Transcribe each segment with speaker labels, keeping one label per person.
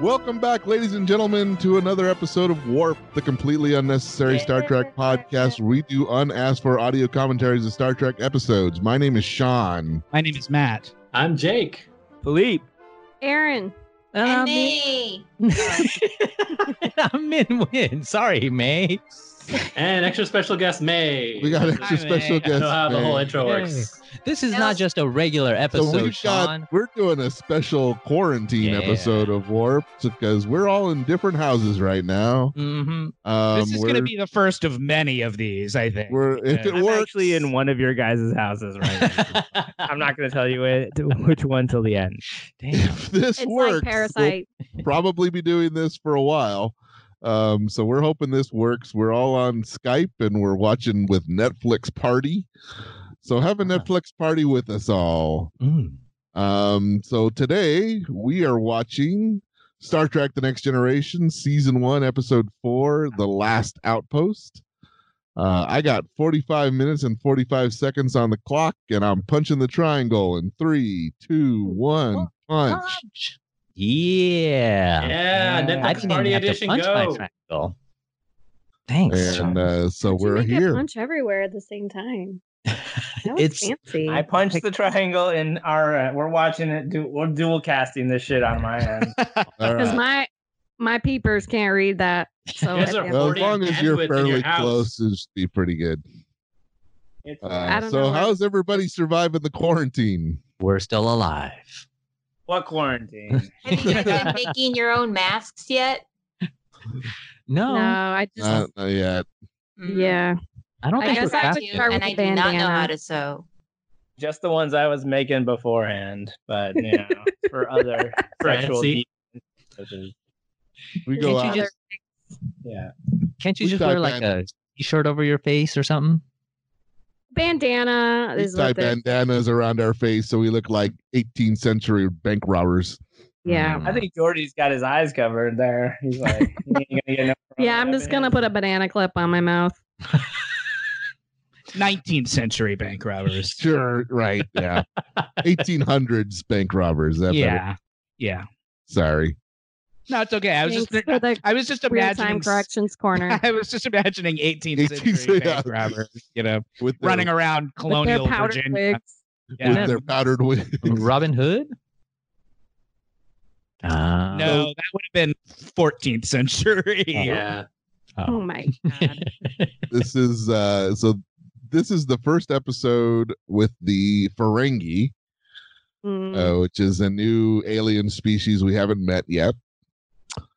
Speaker 1: Welcome back, ladies and gentlemen, to another episode of Warp, the completely unnecessary Star Trek podcast where we do unasked for audio commentaries of Star Trek episodes. My name is Sean.
Speaker 2: My name is Matt.
Speaker 3: I'm Jake.
Speaker 4: Philippe.
Speaker 5: Aaron.
Speaker 6: And
Speaker 5: Um,
Speaker 6: me.
Speaker 4: I'm in win. Sorry, May.
Speaker 3: And extra special guest May.
Speaker 1: We got extra
Speaker 4: Hi,
Speaker 1: special
Speaker 4: man.
Speaker 3: I
Speaker 1: guest.
Speaker 3: know how the
Speaker 1: May.
Speaker 3: whole intro
Speaker 4: Yay.
Speaker 3: works.
Speaker 4: This is
Speaker 6: That
Speaker 4: not
Speaker 6: was-
Speaker 4: just a regular
Speaker 1: so
Speaker 4: episode,
Speaker 1: we've
Speaker 4: Sean.
Speaker 1: got we're doing a special quarantine
Speaker 4: Yeah.
Speaker 1: episode of Warp because we're all in different houses right now.
Speaker 4: hmm
Speaker 1: Um,
Speaker 2: This is going
Speaker 1: we're-
Speaker 2: to be the first of many of these, I think.
Speaker 1: we're if it
Speaker 2: Yeah.
Speaker 7: I'm
Speaker 1: works.
Speaker 7: actually in one of your guys' houses right now. I'm not going to tell you it, which one till the end.
Speaker 4: Damn.
Speaker 1: if this
Speaker 5: It's
Speaker 1: works,
Speaker 5: like
Speaker 1: we'll
Speaker 5: Parasite.
Speaker 1: probably be doing this for a while. Um, so we're hoping this works. We're all on Skype and we're watching with Netflix Party. So have a
Speaker 5: Uh-huh.
Speaker 4: Ah.
Speaker 1: Netflix party with us all.
Speaker 4: Mm.
Speaker 1: Um, so today we are watching Star Trek The Next Generation, Season 1, Episode 4, The Last Outpost. Uh, I got 45 minutes and 45 seconds on the clock, and I'm punching the triangle in three, two, one, punch.
Speaker 4: Yeah.
Speaker 3: Yeah,
Speaker 4: I
Speaker 3: Netflix
Speaker 4: didn't
Speaker 3: Party
Speaker 4: even have to
Speaker 3: Edition,
Speaker 4: punch my
Speaker 3: go.
Speaker 4: triangle. Thanks. Sean.
Speaker 1: And uh, so
Speaker 5: How'd you
Speaker 1: we're
Speaker 5: make it
Speaker 1: here.
Speaker 5: Punch everywhere at the same time. That was
Speaker 4: It's-
Speaker 5: fancy.
Speaker 7: I-
Speaker 6: I punched the triangle in our. Uh, we're watching it. Du- we're dual casting this shit on my end.
Speaker 1: All
Speaker 5: Because
Speaker 1: right.
Speaker 5: my my peepers can't read that. So
Speaker 3: Yes,
Speaker 5: I
Speaker 3: sir.
Speaker 5: think-
Speaker 1: Well, as
Speaker 3: Already
Speaker 1: long as you're
Speaker 3: bandwidth in
Speaker 1: fairly
Speaker 3: your house.
Speaker 1: close, it should be pretty good.
Speaker 6: It's
Speaker 1: Uh,
Speaker 5: don't
Speaker 1: so,
Speaker 5: know what-
Speaker 1: how's everybody surviving the quarantine?
Speaker 4: We're still alive.
Speaker 6: what quarantine?
Speaker 4: Have you guys been
Speaker 8: making your own masks yet?
Speaker 4: No, Oh.
Speaker 5: no, I just
Speaker 1: Uh, not yet.
Speaker 8: Mm-hmm.
Speaker 5: yeah.
Speaker 4: I don't
Speaker 5: I
Speaker 4: think
Speaker 5: guess
Speaker 4: we're
Speaker 5: I
Speaker 4: back
Speaker 5: would
Speaker 4: yet.
Speaker 5: start with
Speaker 8: Mm, and I do not know how to sew.
Speaker 6: Just the ones I was making beforehand, but you know, for other sexual.
Speaker 3: Fancy.
Speaker 6: deviants, which is-
Speaker 1: We
Speaker 4: Can't
Speaker 1: go
Speaker 4: you
Speaker 1: out.
Speaker 4: just
Speaker 6: Yeah.
Speaker 4: can't you
Speaker 1: we
Speaker 4: just
Speaker 1: start
Speaker 4: wear like a t-shirt over your face or something?
Speaker 5: Bandana
Speaker 1: We
Speaker 5: is what
Speaker 1: tie
Speaker 5: the,
Speaker 1: bandanas around our face so we look like 18th century bank robbers.
Speaker 5: yeah.
Speaker 4: Mm.
Speaker 6: I think Jordy's got his eyes covered there. He's like, he ain't gonna get no
Speaker 5: Yeah, I'm just gonna put a banana clip on my mouth.
Speaker 2: 19th century bank robbers.
Speaker 1: Sure, right. Yeah. 1800s bank robbers. That
Speaker 2: yeah.
Speaker 1: better-
Speaker 2: Yeah.
Speaker 1: Sorry.
Speaker 2: No, it's okay. I was
Speaker 5: Thanks
Speaker 2: just
Speaker 5: for the
Speaker 2: I was just
Speaker 5: real time
Speaker 2: imagining
Speaker 5: corrections corner.
Speaker 2: I was just imagining 18th
Speaker 1: 18th
Speaker 2: century
Speaker 1: yeah.
Speaker 2: bank robbers, you know,
Speaker 1: With their,
Speaker 2: running around
Speaker 5: With their
Speaker 2: colonial
Speaker 5: powder
Speaker 2: Virginia.
Speaker 5: wigs.
Speaker 1: with
Speaker 2: Yeah.
Speaker 1: their powdered wigs.
Speaker 4: Robin Hood? Ah.
Speaker 2: No, that would have been 14th century.
Speaker 3: Yeah.
Speaker 5: Oh
Speaker 4: Oh.
Speaker 5: my god.
Speaker 1: this is uh so this is the first episode with the Ferengi.
Speaker 5: Mm.
Speaker 1: uh, which is a new alien species we haven't met yet.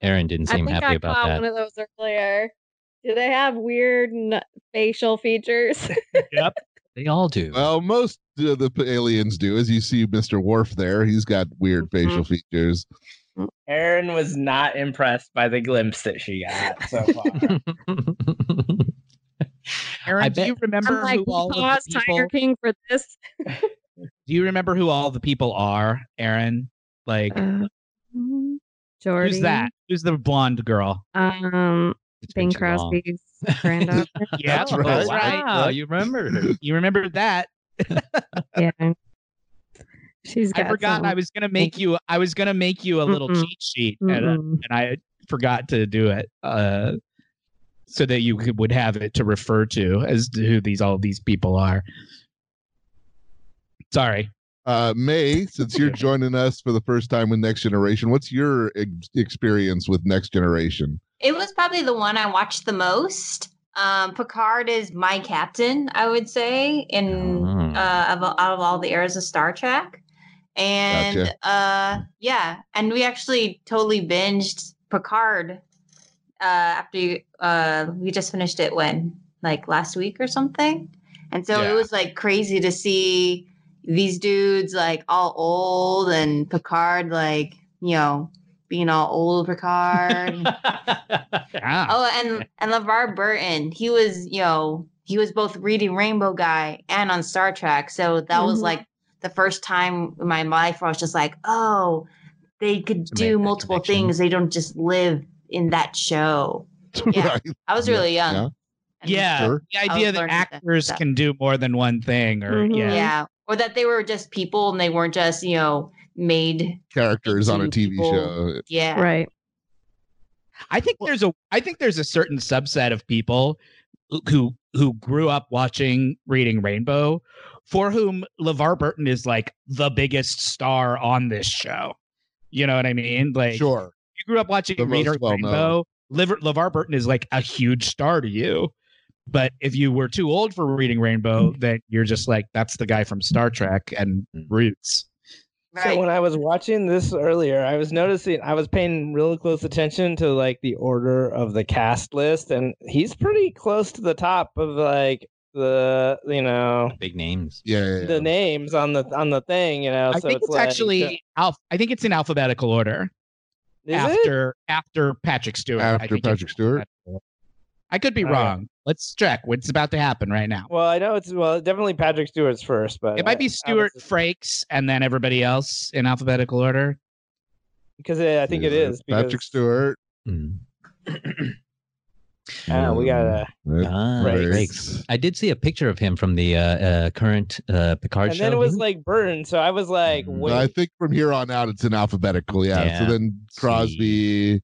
Speaker 4: Aaron didn't
Speaker 5: I
Speaker 4: seem
Speaker 5: think
Speaker 4: happy
Speaker 5: I
Speaker 4: about
Speaker 5: caught
Speaker 4: that.
Speaker 5: one of those earlier. Do they have weird n- facial features?
Speaker 4: They all do.
Speaker 1: Well, most of the p- aliens do, as you see, Mister Worf there. He's got weird
Speaker 5: Mhm.
Speaker 6: Mm-hmm.
Speaker 1: facial features.
Speaker 6: Erin was not impressed by the glimpse that she got so far.
Speaker 2: Aaron,
Speaker 4: I
Speaker 2: do you
Speaker 4: bet-
Speaker 2: remember
Speaker 5: I'm like,
Speaker 2: who
Speaker 5: we
Speaker 2: all of
Speaker 5: paused
Speaker 2: the people?
Speaker 5: Tiger King for this.
Speaker 2: Do you remember who all the people are, Aaron? Like,
Speaker 5: Uh, Mm-hmm. Jordan.
Speaker 2: Uh, who's that? Who's the blonde girl?
Speaker 5: Um,
Speaker 4: It's been
Speaker 5: Bing
Speaker 4: too long.
Speaker 5: Crosby's granddaughter.
Speaker 2: Yeah,
Speaker 1: That's right.
Speaker 2: oh, wow.
Speaker 4: Wow, you remembered.
Speaker 2: You remember that?
Speaker 5: yeah. She's got
Speaker 2: I forgot. I was gonna make you. I was gonna make you a little
Speaker 5: um, Mm-mm.
Speaker 2: cheat sheet,
Speaker 5: something.
Speaker 2: and, uh,
Speaker 5: Mm-mm.
Speaker 2: and I forgot to do it, uh, so that you could, would have it to refer to as to who these all these people are. Sorry.
Speaker 1: Uh, May, since you're joining us for the first time with Next Generation, what's your ex- experience with Next Generation?
Speaker 8: It was probably the one I watched the most. Um, Picard is my captain, I would say, in
Speaker 4: Mm.
Speaker 8: uh, of, out of all the eras of Star Trek. And uh, yeah, and we actually totally binged Picard uh, after you, uh, we just finished it when like last week or something. And so
Speaker 2: Yeah.
Speaker 8: it was like crazy to see these dudes like all old and Picard like you know being all old Picard.
Speaker 2: Ah,
Speaker 8: Oh, and and LeVar Burton, he was, you know, he was both reading Rainbow Guy and on Star Trek. So that was
Speaker 5: Mhm.
Speaker 8: like the first time in my life where I was just like, oh, they could
Speaker 4: To make
Speaker 8: do
Speaker 4: that
Speaker 8: multiple
Speaker 4: connection.
Speaker 8: things. They don't just live in that show. Yeah.
Speaker 1: right?
Speaker 8: I was
Speaker 1: Yeah,
Speaker 8: really young.
Speaker 1: yeah.
Speaker 8: And-
Speaker 2: yeah.
Speaker 1: Sure.
Speaker 2: The
Speaker 8: was
Speaker 2: idea that
Speaker 8: learning that
Speaker 2: actors
Speaker 8: stuff.
Speaker 2: can do more than one thing, or
Speaker 5: Mhm.
Speaker 2: yeah.
Speaker 8: Yeah. Or that they were just people and they weren't just, you know, made.
Speaker 1: Characters on a
Speaker 8: Eighteen
Speaker 1: TV
Speaker 8: people.
Speaker 1: show.
Speaker 8: Yeah.
Speaker 5: Right.
Speaker 2: I think there's a I think there's a certain subset of people who who grew up watching reading Rainbow for whom LeVar Burton is like the biggest star on this show. You know what I mean? Like
Speaker 1: sure.
Speaker 2: you grew up watching
Speaker 1: The most
Speaker 2: Reader
Speaker 1: well-known.
Speaker 2: Rainbow. Liver, LeVar Burton is like a huge star to you. But if you were too old for reading Rainbow,
Speaker 1: Mm.
Speaker 2: then you're just like, that's the guy from Star Trek and Roots.
Speaker 8: Right.
Speaker 6: So when I was watching this earlier, I was noticing I was paying real close attention to like the order of the cast list, and he's pretty close to the top of like the you know
Speaker 4: Big names.
Speaker 1: Yeah, yeah, yeah.
Speaker 6: the names on the on the thing. You know,
Speaker 2: I
Speaker 6: so
Speaker 2: think it's,
Speaker 6: like- uh
Speaker 2: actually alph- I think it's in alphabetical order
Speaker 6: Is it?
Speaker 2: after after Patrick Stewart. I
Speaker 1: After
Speaker 2: think it's
Speaker 1: Patrick Stewart?
Speaker 2: alphabetical. I could be
Speaker 6: All right.
Speaker 2: wrong. Let's check what's about to happen right now.
Speaker 6: Well, I know it's well definitely Patrick Stewart's first, but
Speaker 2: it might be Stewart,
Speaker 6: because
Speaker 2: Frakes, and then everybody else in alphabetical order.
Speaker 6: I, think it
Speaker 1: Yeah,
Speaker 6: is because,
Speaker 1: Patrick Stewart.
Speaker 4: Mm.
Speaker 6: Uh, we got
Speaker 1: um,
Speaker 6: a
Speaker 1: Ed
Speaker 4: Ah,
Speaker 6: Right.
Speaker 4: Frakes.
Speaker 1: Frakes.
Speaker 4: I did see a picture of him from the uh, uh, current uh, Picard
Speaker 6: and
Speaker 4: show.
Speaker 6: then it was
Speaker 4: He-
Speaker 6: like Burton, so I was like,
Speaker 1: But
Speaker 4: Mm.
Speaker 6: wait,
Speaker 1: I think from here on out it's in alphabetical. Yeah.
Speaker 4: Yeah.
Speaker 1: So then Crosby,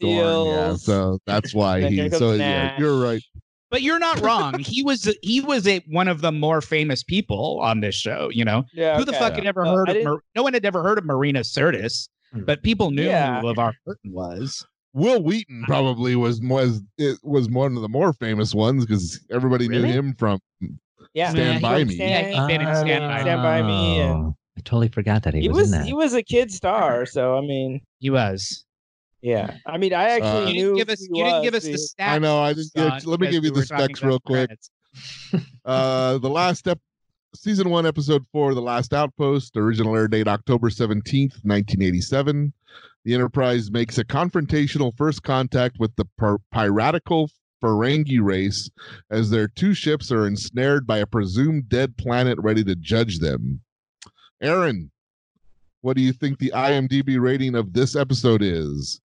Speaker 1: Dorn, yeah.
Speaker 6: Steals.
Speaker 1: So that's why
Speaker 6: Then here
Speaker 1: he.
Speaker 6: comes
Speaker 1: So yeah,
Speaker 6: Nash.
Speaker 1: you're right.
Speaker 2: But you're not wrong. he was he was a, one of the more famous people on this show. You know
Speaker 6: yeah,
Speaker 2: who the
Speaker 6: okay.
Speaker 2: fuck had ever
Speaker 6: Well,
Speaker 2: heard
Speaker 6: I
Speaker 2: of
Speaker 6: didn't-
Speaker 2: Mar- no one had ever heard of Marina Sirtis,
Speaker 1: Hmm.
Speaker 2: but people knew
Speaker 6: Yeah.
Speaker 2: who LeVar Burton was.
Speaker 1: Will
Speaker 2: Mm-hmm.
Speaker 1: Wheaton probably was was it was one of the more famous ones because everybody
Speaker 4: Really?
Speaker 1: knew him from
Speaker 6: Yeah,
Speaker 1: Stand
Speaker 2: he
Speaker 1: by
Speaker 2: was-
Speaker 1: me.
Speaker 2: Yeah,
Speaker 4: Uh,
Speaker 2: he'd been in Stand By Me.
Speaker 6: Stand By Me, yeah.
Speaker 4: Oh, I totally forgot that he,
Speaker 6: he
Speaker 4: was,
Speaker 6: was
Speaker 4: in that.
Speaker 6: he was a kid star, so I mean,
Speaker 2: He was.
Speaker 6: yeah, I mean, I
Speaker 1: Uh,
Speaker 2: You
Speaker 6: actually knew
Speaker 2: didn't give us.
Speaker 6: who
Speaker 2: You didn't
Speaker 6: was,
Speaker 2: give us the
Speaker 6: dude.
Speaker 2: stats.
Speaker 1: I know, I just-
Speaker 2: Scott,
Speaker 1: let me
Speaker 2: because
Speaker 1: give you
Speaker 2: we
Speaker 1: the
Speaker 2: were talking
Speaker 1: specs
Speaker 2: about
Speaker 1: real quick.
Speaker 2: credits.
Speaker 1: uh the last step season one episode four the last outpost original air date october 17th 1987 the enterprise makes a confrontational first contact with the pir- piratical ferengi race as their two ships are ensnared by a presumed dead planet ready to judge them aaron what do you think the imdb rating of this episode is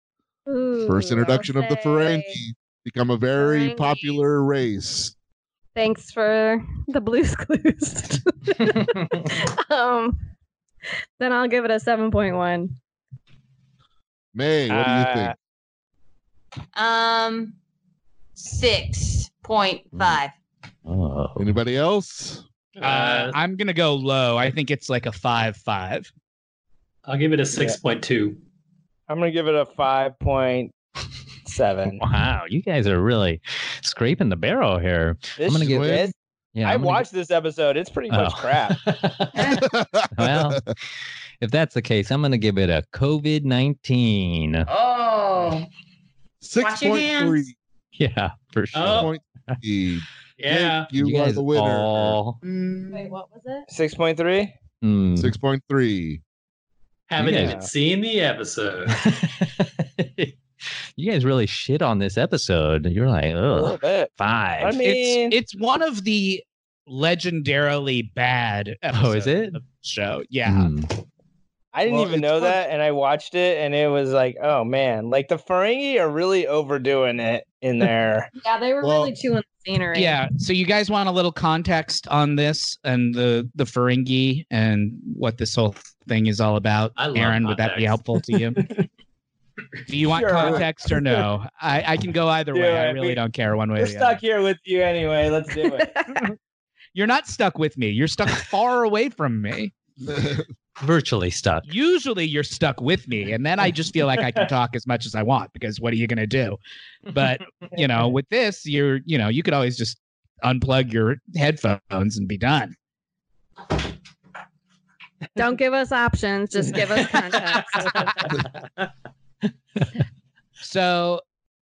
Speaker 1: first
Speaker 5: Ooh, I'll
Speaker 1: introduction of the
Speaker 5: say,
Speaker 1: ferengi become a very
Speaker 5: Ferengi.
Speaker 1: popular race
Speaker 5: Thanks for the Blue's Clues. um, then I'll give it a seven point one.
Speaker 1: may what do you think
Speaker 6: Uh,
Speaker 8: Um, six point five.
Speaker 4: oh.
Speaker 1: anybody else
Speaker 2: Uh, I'm gonna go low. I think it's like a five five.
Speaker 3: I'll give it a 6.2.
Speaker 6: I'm gonna give it a five point seven.
Speaker 4: Wow, you guys are really scraping the barrel here.
Speaker 6: This
Speaker 4: gonna
Speaker 6: is
Speaker 4: give-
Speaker 6: it.
Speaker 4: Yeah,
Speaker 6: I
Speaker 4: I'm gonna
Speaker 6: watched this episode. It's pretty much
Speaker 4: Oh.
Speaker 6: crap.
Speaker 4: well, if that's the case, I'm going to give it a COVID 19.
Speaker 8: Oh,
Speaker 1: Six
Speaker 8: Wash your
Speaker 1: point
Speaker 8: hands.
Speaker 1: three.
Speaker 4: Yeah, for sure.
Speaker 3: Oh.
Speaker 1: Point three.
Speaker 3: Yeah.
Speaker 1: Jake, you, are
Speaker 4: guys
Speaker 1: the winner.
Speaker 4: all-
Speaker 5: Wait, what was it?
Speaker 6: Six point three.
Speaker 4: Mm.
Speaker 1: Six point three.
Speaker 3: Haven't
Speaker 4: Yeah.
Speaker 3: even seen the episode.
Speaker 4: you guys really shit on this episode. You're like,
Speaker 6: A
Speaker 4: ugh,
Speaker 6: little bit.
Speaker 4: five.
Speaker 6: I mean,
Speaker 2: it's it's one of the legendarily bad.
Speaker 4: Oh,
Speaker 2: episodes
Speaker 4: is it?
Speaker 2: of the Show. Yeah.
Speaker 4: Mm.
Speaker 6: I didn't
Speaker 1: well,
Speaker 6: even
Speaker 1: it's
Speaker 6: know
Speaker 1: fun.
Speaker 6: that, and I watched it, and it was like, oh man, like the Ferengi are really overdoing it in there.
Speaker 5: Yeah, they were
Speaker 1: Well-
Speaker 5: really chewing the scenery.
Speaker 2: Yeah. So you guys want a little context on this and the the Ferengi and what this whole thing is all about?
Speaker 3: I love
Speaker 2: Aaron, would that be
Speaker 3: context.
Speaker 2: helpful to you? Do you want
Speaker 6: Sure.
Speaker 2: context or no? I, I can go either
Speaker 6: Do
Speaker 2: way. I
Speaker 6: it.
Speaker 2: really
Speaker 6: We-
Speaker 2: don't care one way or
Speaker 6: We're
Speaker 2: the other.
Speaker 6: stuck here with you anyway. Let's do it.
Speaker 2: You're not stuck with me. You're stuck far away from me.
Speaker 4: Virtually stuck.
Speaker 2: Usually you're stuck with me, and then I just feel like I can talk as much as I want because what are you gonna do? But you know, with this, you're you know, you could always just unplug your headphones and be done.
Speaker 5: Don't give us options. Just give us context.
Speaker 2: So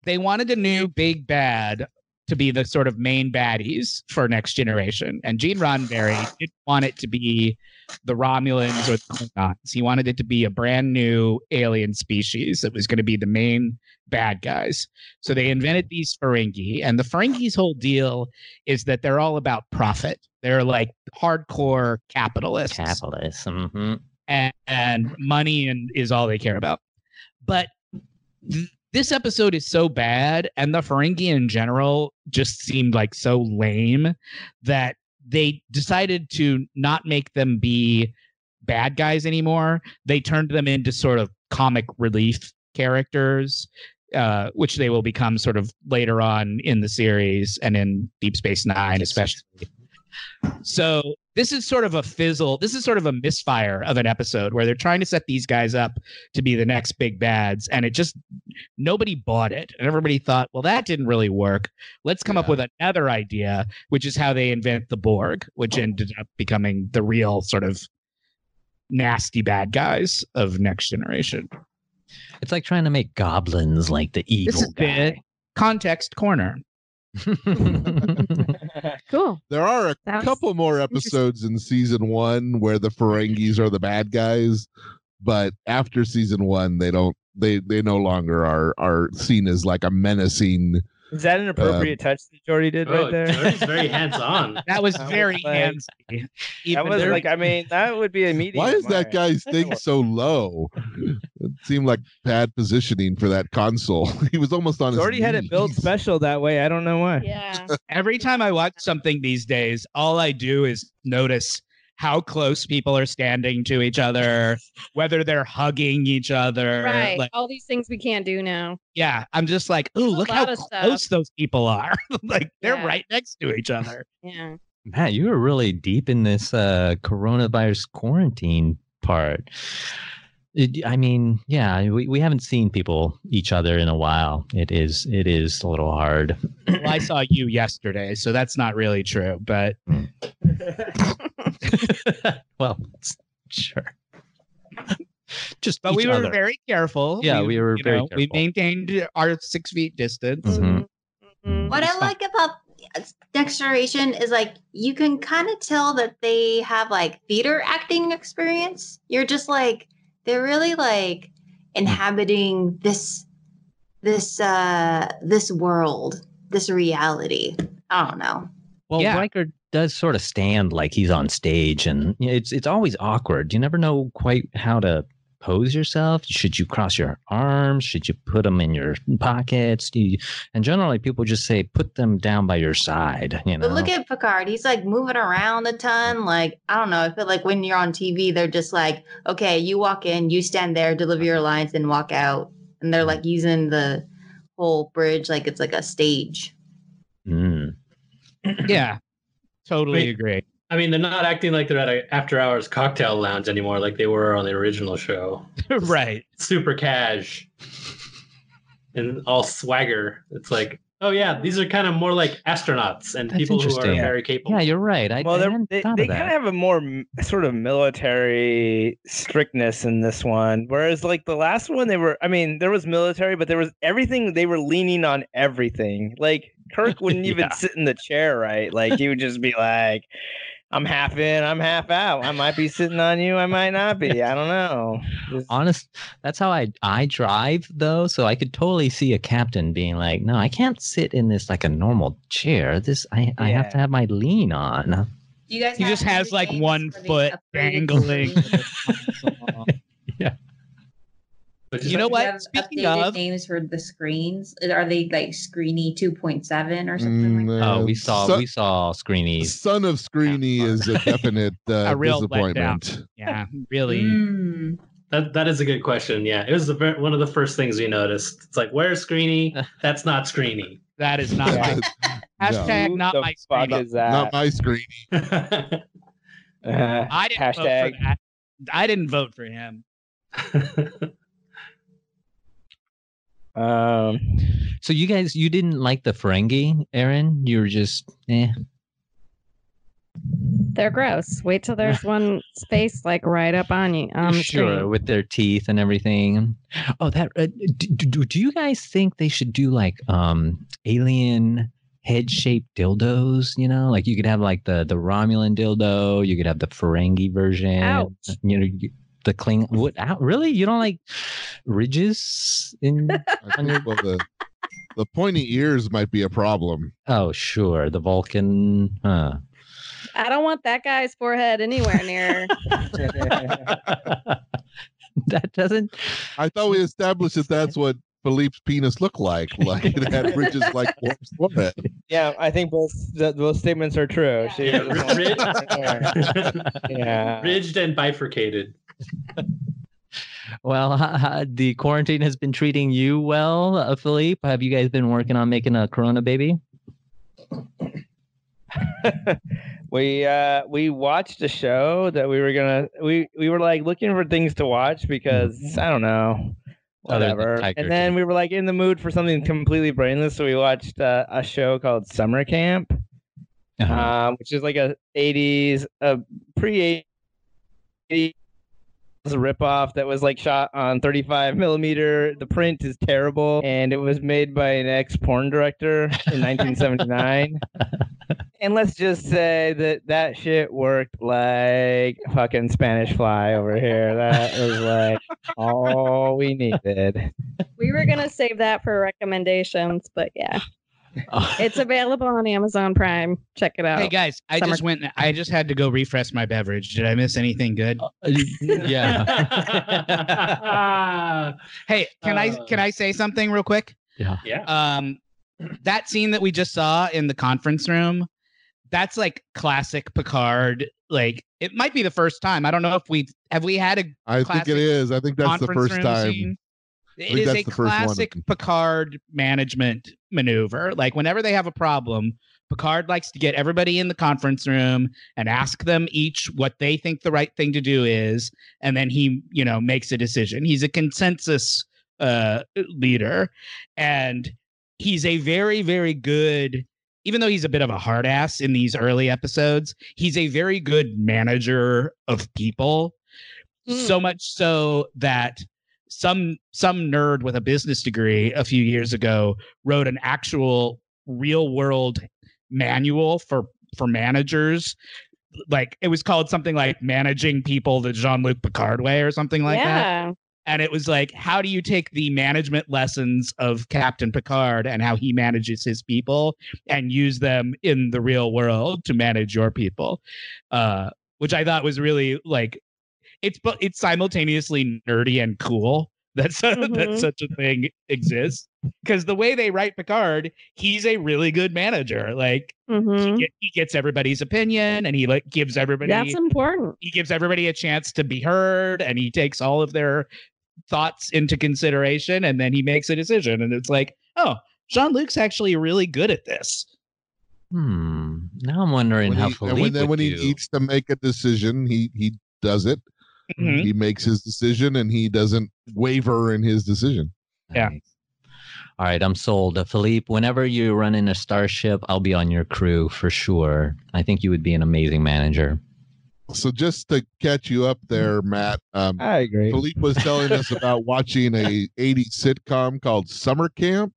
Speaker 2: they wanted a new big bad to be the sort of main baddies for Next Generation. And Gene Roddenberry didn't want it to be the Romulans or the Klingons. He wanted it to be a brand new alien species that was going to be the main bad guys. So they invented these Ferengi. And the Ferengi's whole deal is that they're all about profit. They're like hardcore capitalists
Speaker 4: Capitalist. hmm
Speaker 2: and, and money and is all they care about. But th- this episode is so bad, and the Ferengi in general just seemed like so lame that they decided to not make them be bad guys anymore. They turned them into sort of comic relief characters uh, which they will become sort of later on in the series and in Deep Space Nine, especially. So this is sort of a fizzle. This is sort of a misfire of an episode where they're trying to set these guys up to be the next big bads, and it just nobody bought it, and everybody thought, well, that didn't really work. Let's come up
Speaker 4: Yeah.
Speaker 2: with another idea, which is how they invent the Borg, which
Speaker 6: Oh.
Speaker 2: ended up becoming the real sort of nasty bad guys of Next Generation.
Speaker 4: It's like trying to make goblins like the evil
Speaker 2: This is the context corner.
Speaker 4: guy.
Speaker 5: Cool.
Speaker 1: There are a
Speaker 5: That was
Speaker 1: couple more
Speaker 5: interesting.
Speaker 1: episodes in season one where the Ferengis are the bad guys, but after season one, they don't. They they no longer are are seen as like a menacing.
Speaker 6: Is that an appropriate touch that Jordy did
Speaker 3: Oh,
Speaker 6: right there?
Speaker 3: Jordy's very hands on.
Speaker 2: That was
Speaker 6: That was
Speaker 2: very
Speaker 6: like-
Speaker 2: handsy. Even
Speaker 6: that was
Speaker 2: though-
Speaker 6: like, I mean, that would be a medium.
Speaker 1: Why is
Speaker 6: all
Speaker 1: that
Speaker 6: right.
Speaker 1: guy's thing so low? It seemed like bad positioning for that console. He was almost on.
Speaker 6: Jordy
Speaker 1: his
Speaker 6: had it built
Speaker 1: knees.
Speaker 6: special that way. I don't know why.
Speaker 5: Yeah.
Speaker 2: every time I watch something these days, all I do is notice how close people are standing to each other, whether they're hugging each other.
Speaker 1: uh,
Speaker 5: Right.
Speaker 2: Like,
Speaker 5: All these things we can't do now.
Speaker 2: yeah, I'm just like, ooh,
Speaker 5: a
Speaker 2: look how
Speaker 5: lot of
Speaker 2: close
Speaker 5: stuff.
Speaker 2: those people are. like they're
Speaker 5: Yeah.
Speaker 2: right next to each other.
Speaker 5: Yeah.
Speaker 4: Matt, you were really deep in this uh, coronavirus quarantine part. It, I mean, yeah, we, we haven't seen people each other in a while. It is it is a little hard.
Speaker 2: well, I saw you yesterday, so that's not really true. But
Speaker 4: well, s- sure. Just
Speaker 2: but
Speaker 4: each
Speaker 2: we were
Speaker 4: other.
Speaker 2: very careful.
Speaker 4: Yeah, we were
Speaker 2: you
Speaker 4: very
Speaker 2: We
Speaker 4: careful.
Speaker 2: maintained our six feet distance.
Speaker 4: Mhm.
Speaker 5: Mhm.
Speaker 8: What I
Speaker 2: It's fun.
Speaker 8: like about Next Generation is like you can kind of tell that they have like theater acting experience. You're just like they're really like inhabiting this this uh this world, this reality. I don't know.
Speaker 4: Well,
Speaker 2: Yeah.
Speaker 4: Riker does sort of stand like he's on stage, and you know, it's it's always awkward. You never know quite how to pose yourself. Should you cross your arms? Should you put them in your pockets? Do you, and generally, people just say put them down by your side. You know,
Speaker 8: But look at Picard. He's like moving around a
Speaker 2: Mm.
Speaker 8: ton. Like, I don't know. I feel like when you're on TV, they're just like, okay, you walk in, you stand there, deliver
Speaker 2: Mm-hmm.
Speaker 8: your lines, and walk out. And they're like using the whole bridge like it's like a stage.
Speaker 4: Mm.
Speaker 2: Yeah, totally
Speaker 3: Wait.
Speaker 2: agree.
Speaker 3: I mean, they're not acting like they're at an after hours cocktail lounge anymore, like they were on the original show.
Speaker 2: right.
Speaker 3: Super cash and all swagger. It's like, oh yeah, these are kind of more like astronauts and
Speaker 4: That's
Speaker 3: people who are
Speaker 4: interesting.
Speaker 3: very capable.
Speaker 4: yeah, you're right. I,
Speaker 6: Oh. well,
Speaker 4: I
Speaker 6: they're-
Speaker 4: hadn't
Speaker 6: they
Speaker 4: thought
Speaker 6: they
Speaker 4: of that.
Speaker 6: kind of have a more m- sort of military strictness in this one, whereas like the last one, they were. I mean, there was military, but there was everything. They were leaning on everything. Like Kirk wouldn't even
Speaker 4: Yeah.
Speaker 6: sit in the chair, right? Like he would just be like, "I'm half in, I'm half out. I might be sitting on you, I might not be. I don't know." Just-
Speaker 4: honest that's how i i drive though so i could totally see a captain being like no i can't sit in this like a normal chair this i i have to have my lean on
Speaker 8: Do you guys
Speaker 2: He
Speaker 8: have
Speaker 2: just has
Speaker 8: video
Speaker 2: like
Speaker 8: games
Speaker 2: one
Speaker 8: where they
Speaker 2: foot
Speaker 8: upgraded
Speaker 2: dangling.
Speaker 8: games?
Speaker 3: But just
Speaker 2: You know
Speaker 8: Do
Speaker 2: what?
Speaker 8: have
Speaker 2: Speaking
Speaker 8: updated
Speaker 2: of-
Speaker 8: names for the screens, are they like Screeny 2.7 or something like
Speaker 1: Mm,
Speaker 8: that?
Speaker 4: oh
Speaker 1: uh,
Speaker 4: we saw
Speaker 1: so-
Speaker 4: we saw screenies
Speaker 1: Son of Screeny
Speaker 4: Yeah.
Speaker 1: is a definite uh,
Speaker 2: A real
Speaker 1: disappointment.
Speaker 2: Yeah, really.
Speaker 8: Mm.
Speaker 3: That that is a good question. Yeah, it was the, ver- one of the first things we noticed. It's like, where's Screeny? That's not Screeny.
Speaker 2: That is not my hashtag.
Speaker 6: Who
Speaker 2: Not
Speaker 6: the
Speaker 2: my
Speaker 6: fuck
Speaker 2: screen.
Speaker 6: is that?
Speaker 1: Not my Screeny.
Speaker 6: Uh,
Speaker 2: I didn't vote
Speaker 6: hashtag.
Speaker 2: for that. I didn't vote for him.
Speaker 6: Um,
Speaker 4: so you guys you didn't like the ferengi aaron you were just eh.
Speaker 5: They're gross. Wait till there's one space like right up on you. Um, On the
Speaker 4: sure
Speaker 5: screen.
Speaker 4: with their teeth and everything Um, oh that uh, do, do, do you guys think they should do like um alien head shaped dildos you know like you could have like the the romulan dildo you could have the ferengi version
Speaker 5: Ouch.
Speaker 4: you know you, the Kling, what? Out, really? You don't like ridges? In
Speaker 1: I think, well, the, the pointy ears might be a problem.
Speaker 4: oh, sure, the Vulcan. Huh.
Speaker 5: I don't want that guy's forehead anywhere near.
Speaker 4: that doesn't.
Speaker 1: I thought we established that that's what Philippe's penis looked like. Like it had ridges like Philippe's forehead.
Speaker 6: yeah, I think both th- both statements are true. She
Speaker 3: Yeah,
Speaker 6: doesn't want-
Speaker 3: Rid-
Speaker 6: yeah.
Speaker 3: Ridged and bifurcated.
Speaker 4: Well, ha- ha- the quarantine has been treating you well, uh, Philippe. Have you guys been working on making a Corona baby?
Speaker 6: we uh we watched a show that we were gonna we we were like looking for things to watch because I don't know
Speaker 4: Other than
Speaker 6: whatever
Speaker 4: Tiger
Speaker 6: and then
Speaker 4: King.
Speaker 6: we were like in the mood for something completely brainless so we watched uh, a show called Summer Camp
Speaker 4: Mm-hmm. Uh-huh.
Speaker 6: um which is like a 80s a pre 80s ripoff that was like shot on 35 millimeter the print is terrible and it was made by an ex porn director in 1979 and let's just say that that shit worked like fucking Spanish fly over here. That was like all we needed.
Speaker 5: We were gonna save that for recommendations, but yeah, it's available on Amazon Prime. Check it out.
Speaker 2: Hey guys, I
Speaker 5: Oh, Summer-
Speaker 2: just went. I just had to go refresh my beverage. Did I miss anything good?
Speaker 4: yeah.
Speaker 2: Hey, can I
Speaker 3: Uh.
Speaker 2: can I say something real quick?
Speaker 3: yeah.
Speaker 2: Um, that scene that we just saw in the conference room, that's like classic Picard. Like it might be the first time. I don't know if we have we had a
Speaker 1: I think
Speaker 2: Classic
Speaker 1: it is. I think that's the
Speaker 2: conference
Speaker 1: first
Speaker 2: room
Speaker 1: time.
Speaker 2: scene. It
Speaker 1: think
Speaker 2: is
Speaker 1: that's
Speaker 2: a
Speaker 1: the first one.
Speaker 2: classic Picard management maneuver. Like whenever they have a problem, Picard likes to get everybody in the conference room and ask them each what they think the right thing to do is, and then he, you know, makes a decision. He's a consensus uh, leader, and he's a very, very good. Even though he's a bit of a hard ass in these early episodes, he's a very good manager of people. So much so that some some nerd with a business degree a few years ago wrote an actual real world manual for for managers like it was called something like managing people the Jean-Luc Picard way or something like that
Speaker 5: yeah.
Speaker 2: and it was like how do you take the management lessons of captain picard and how he manages his people and use them in the real world to manage your people uh, which i thought was really like it's but it's simultaneously nerdy and cool that, su- that
Speaker 5: Mhm.
Speaker 2: such a thing exists because the way they write picard he's a really good manager like
Speaker 5: Mhm.
Speaker 2: he, get- he gets everybody's opinion and he like gives everybody
Speaker 5: That's important.
Speaker 2: he gives everybody a chance to be heard and he takes all of their thoughts into consideration and then he makes a decision and it's like oh jean luc's actually really good at this
Speaker 4: Hmm. Now I'm wondering
Speaker 1: When
Speaker 4: how
Speaker 1: he-
Speaker 4: Philippe
Speaker 1: and when, then when
Speaker 4: would
Speaker 1: he
Speaker 4: do.
Speaker 1: needs to make a decision, he he does it.
Speaker 2: Mhm.
Speaker 1: He makes his decision, and he doesn't waver in his decision.
Speaker 2: Yeah.
Speaker 4: Nice. All right, I'm sold. Uh, Philippe, whenever you run in a starship, I'll be on your crew for sure. I think you would be an amazing manager.
Speaker 1: So just to catch you up
Speaker 2: Hmm.
Speaker 1: there, Matt. Um,
Speaker 6: I agree.
Speaker 1: Philippe was telling us about watching a 80s sitcom called Summer Camp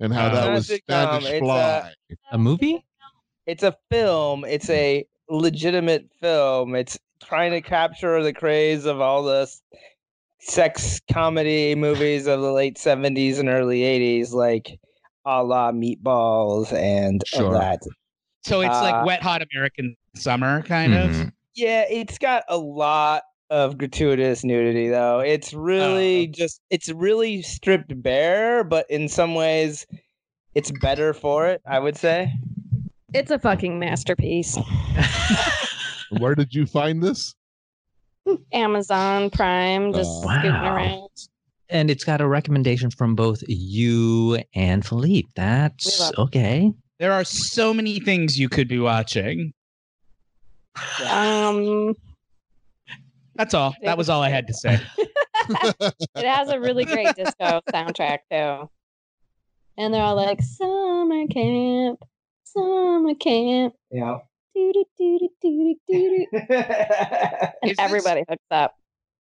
Speaker 1: and how
Speaker 2: Uh,
Speaker 1: that
Speaker 6: not
Speaker 1: was
Speaker 6: a sitcom,
Speaker 1: Spanish
Speaker 6: it's
Speaker 1: Fly.
Speaker 4: A movie?
Speaker 6: It's a film. It's a legitimate film. It's trying to capture the craze of all the s- sex comedy movies of the late seventies and early eighties, like a la Meatballs and all
Speaker 1: Sure.
Speaker 6: that.
Speaker 2: so it's like
Speaker 6: Uh,
Speaker 2: wet hot american summer kind
Speaker 4: Mhm.
Speaker 1: Mm-hmm.
Speaker 2: of
Speaker 6: Yeah, it's got a lot of gratuitous nudity though. It's really just it's really stripped bare, but in some ways it's better for it, I would say.
Speaker 5: It's a fucking masterpiece.
Speaker 1: Where did you find this?
Speaker 5: Amazon Prime, just
Speaker 1: Uh,
Speaker 5: scooting
Speaker 4: Oh, Wow.
Speaker 5: around.
Speaker 4: And it's got a recommendation from both you and Philippe. That's
Speaker 5: Philippe.
Speaker 4: okay.
Speaker 2: there are so many things you could be watching
Speaker 5: Um,
Speaker 2: that's all that was all i had to say
Speaker 5: it has a really great disco soundtrack though, and they're all like summer camp, summer camp,
Speaker 6: Yeah.
Speaker 5: doo doo doo doo doo doo doo,
Speaker 2: Is
Speaker 5: and
Speaker 2: this-
Speaker 5: everybody hooks up.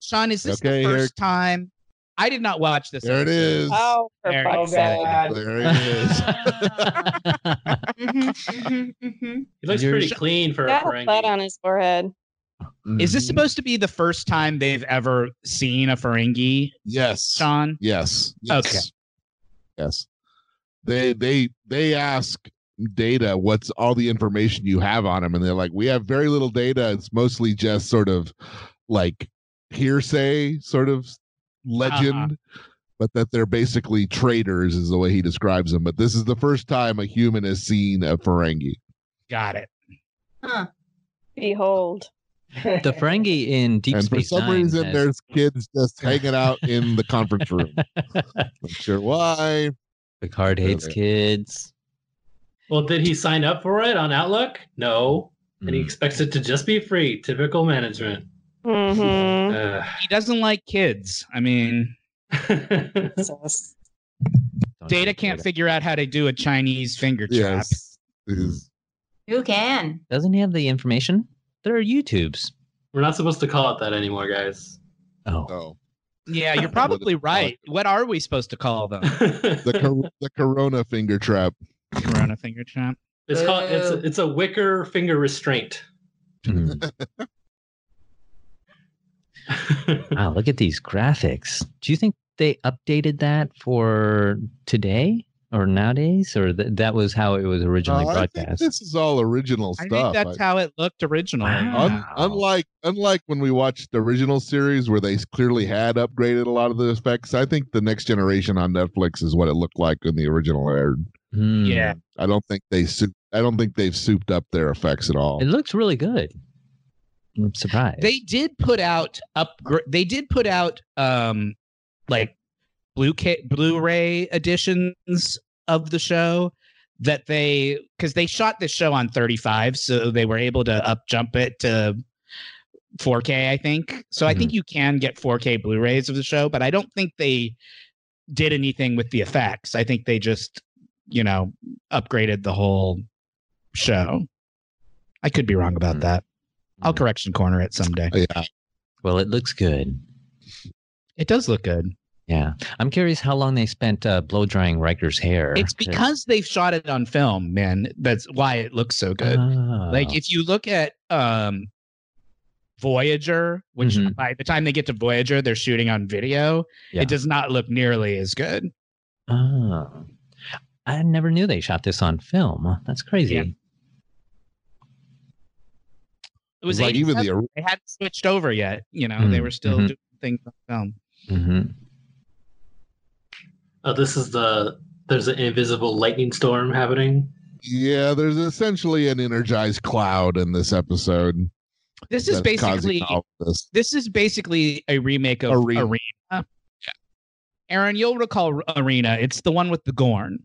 Speaker 2: sean is this
Speaker 1: Okay,
Speaker 2: the
Speaker 1: here-
Speaker 2: first time i did not watch this
Speaker 1: There it
Speaker 2: episode.
Speaker 1: is.
Speaker 5: Oh, for
Speaker 2: Very
Speaker 5: fuck's sake!
Speaker 2: exciting.
Speaker 1: There it is.
Speaker 8: Mhm, mhm, mhm.
Speaker 3: He looks
Speaker 4: You're-
Speaker 3: pretty clean for a
Speaker 5: Got a butt
Speaker 3: Ferengi.
Speaker 5: on his forehead.
Speaker 2: is this
Speaker 1: Mhm.
Speaker 2: supposed to be the first time they've ever seen a Ferengi,
Speaker 1: Yes.
Speaker 2: Sean?
Speaker 1: Yes. yes.
Speaker 2: Okay.
Speaker 1: Yes. They they they ask data what's all the information you have on him and they're like we have very little data it's mostly just sort of like hearsay sort of legend but that they're basically traitors is the way he describes them but this is the first time a human has seen a ferengi
Speaker 2: Got it.
Speaker 8: Huh.
Speaker 5: Behold,
Speaker 4: The Ferengi in Deep
Speaker 1: and for
Speaker 4: Space
Speaker 1: some
Speaker 4: Nine
Speaker 1: reason,
Speaker 4: has-
Speaker 1: there's kids just hanging out in the conference room. Not sure why.
Speaker 4: Picard hates
Speaker 1: Really?
Speaker 4: kids.
Speaker 3: Well, did he sign up for it on Outlook? No. And he
Speaker 4: Mm.
Speaker 3: expects it to just be free. Typical management.
Speaker 5: Mm-hmm.
Speaker 3: Uh,
Speaker 2: He doesn't like kids. I mean,
Speaker 4: Don't
Speaker 2: Data
Speaker 4: hate
Speaker 2: can't figure out how to do a Chinese finger trap.
Speaker 1: Yes. Is-
Speaker 8: Who can?
Speaker 4: Doesn't he have the information? There are YouTubes.
Speaker 3: We're not supposed to call it that anymore, guys.
Speaker 4: Oh,
Speaker 1: oh.
Speaker 2: Yeah, you're
Speaker 1: What
Speaker 2: probably
Speaker 1: is-
Speaker 2: right. What are we supposed to call them?
Speaker 1: The, cor- the Corona finger trap.
Speaker 2: Corona finger trap.
Speaker 3: it's called it's
Speaker 8: Boo.
Speaker 3: it's a wicker finger restraint.
Speaker 4: mm. wow! Look at these graphics. Do you think they updated that for today or nowadays, or th- that was how it was originally
Speaker 1: Uh, I think
Speaker 4: broadcast?
Speaker 1: this is all original
Speaker 2: I
Speaker 1: stuff.
Speaker 2: think that's
Speaker 1: I-
Speaker 2: how it looked originally.
Speaker 4: Wow.
Speaker 1: un- unlike unlike when we watched the original series where they clearly had upgraded a lot of the effects, I think the next generation on Netflix is what it looked like when the original aired.
Speaker 4: Hmm.
Speaker 2: Yeah.
Speaker 1: I don't think they soup. I don't think they've souped up their effects at all.
Speaker 4: it looks really good. I'm surprised.
Speaker 2: They did put out upgrade. They did put out um like blue ca- Blu-ray editions of the show that they because they shot this show on 35, so they were able to up jump it to 4K, I think. So I think you can get 4K Blu-rays of the show, but I don't think they did anything with the effects. I think they just, you know, upgraded the whole show. I could be wrong about
Speaker 4: Mhm.
Speaker 2: that. I'll
Speaker 4: Mhm.
Speaker 2: correction corner it someday.
Speaker 1: yeah,
Speaker 4: Well, it looks good.
Speaker 2: It does look good.
Speaker 4: Yeah, I'm curious how long they spent uh, blow drying Riker's hair.
Speaker 2: It's
Speaker 4: to-
Speaker 2: because they've shot it on film, man. That's why it looks so good.
Speaker 4: Ah.
Speaker 2: Like if you look at um Voyager, which
Speaker 4: Mhm.
Speaker 2: by the time they get to Voyager, they're shooting on video.
Speaker 4: Yeah.
Speaker 2: It does not look nearly as good.
Speaker 4: Ah. I never knew they shot this on film. That's crazy.
Speaker 2: Yeah. It was
Speaker 1: like even the
Speaker 2: they hadn't switched over yet. You know, they
Speaker 4: Mm,
Speaker 2: were still
Speaker 4: mhm.
Speaker 2: doing things on film.
Speaker 4: Mhm.
Speaker 3: Oh, this is the there's an invisible lightning storm happening.
Speaker 1: yeah. There's essentially an energized cloud in this episode.
Speaker 2: This is
Speaker 1: that's causing
Speaker 2: basically
Speaker 1: all of this.
Speaker 2: this is basically a remake of
Speaker 1: Arena.
Speaker 2: Arena. Aaron, you'll recall Arena. It's the one with the Gorn.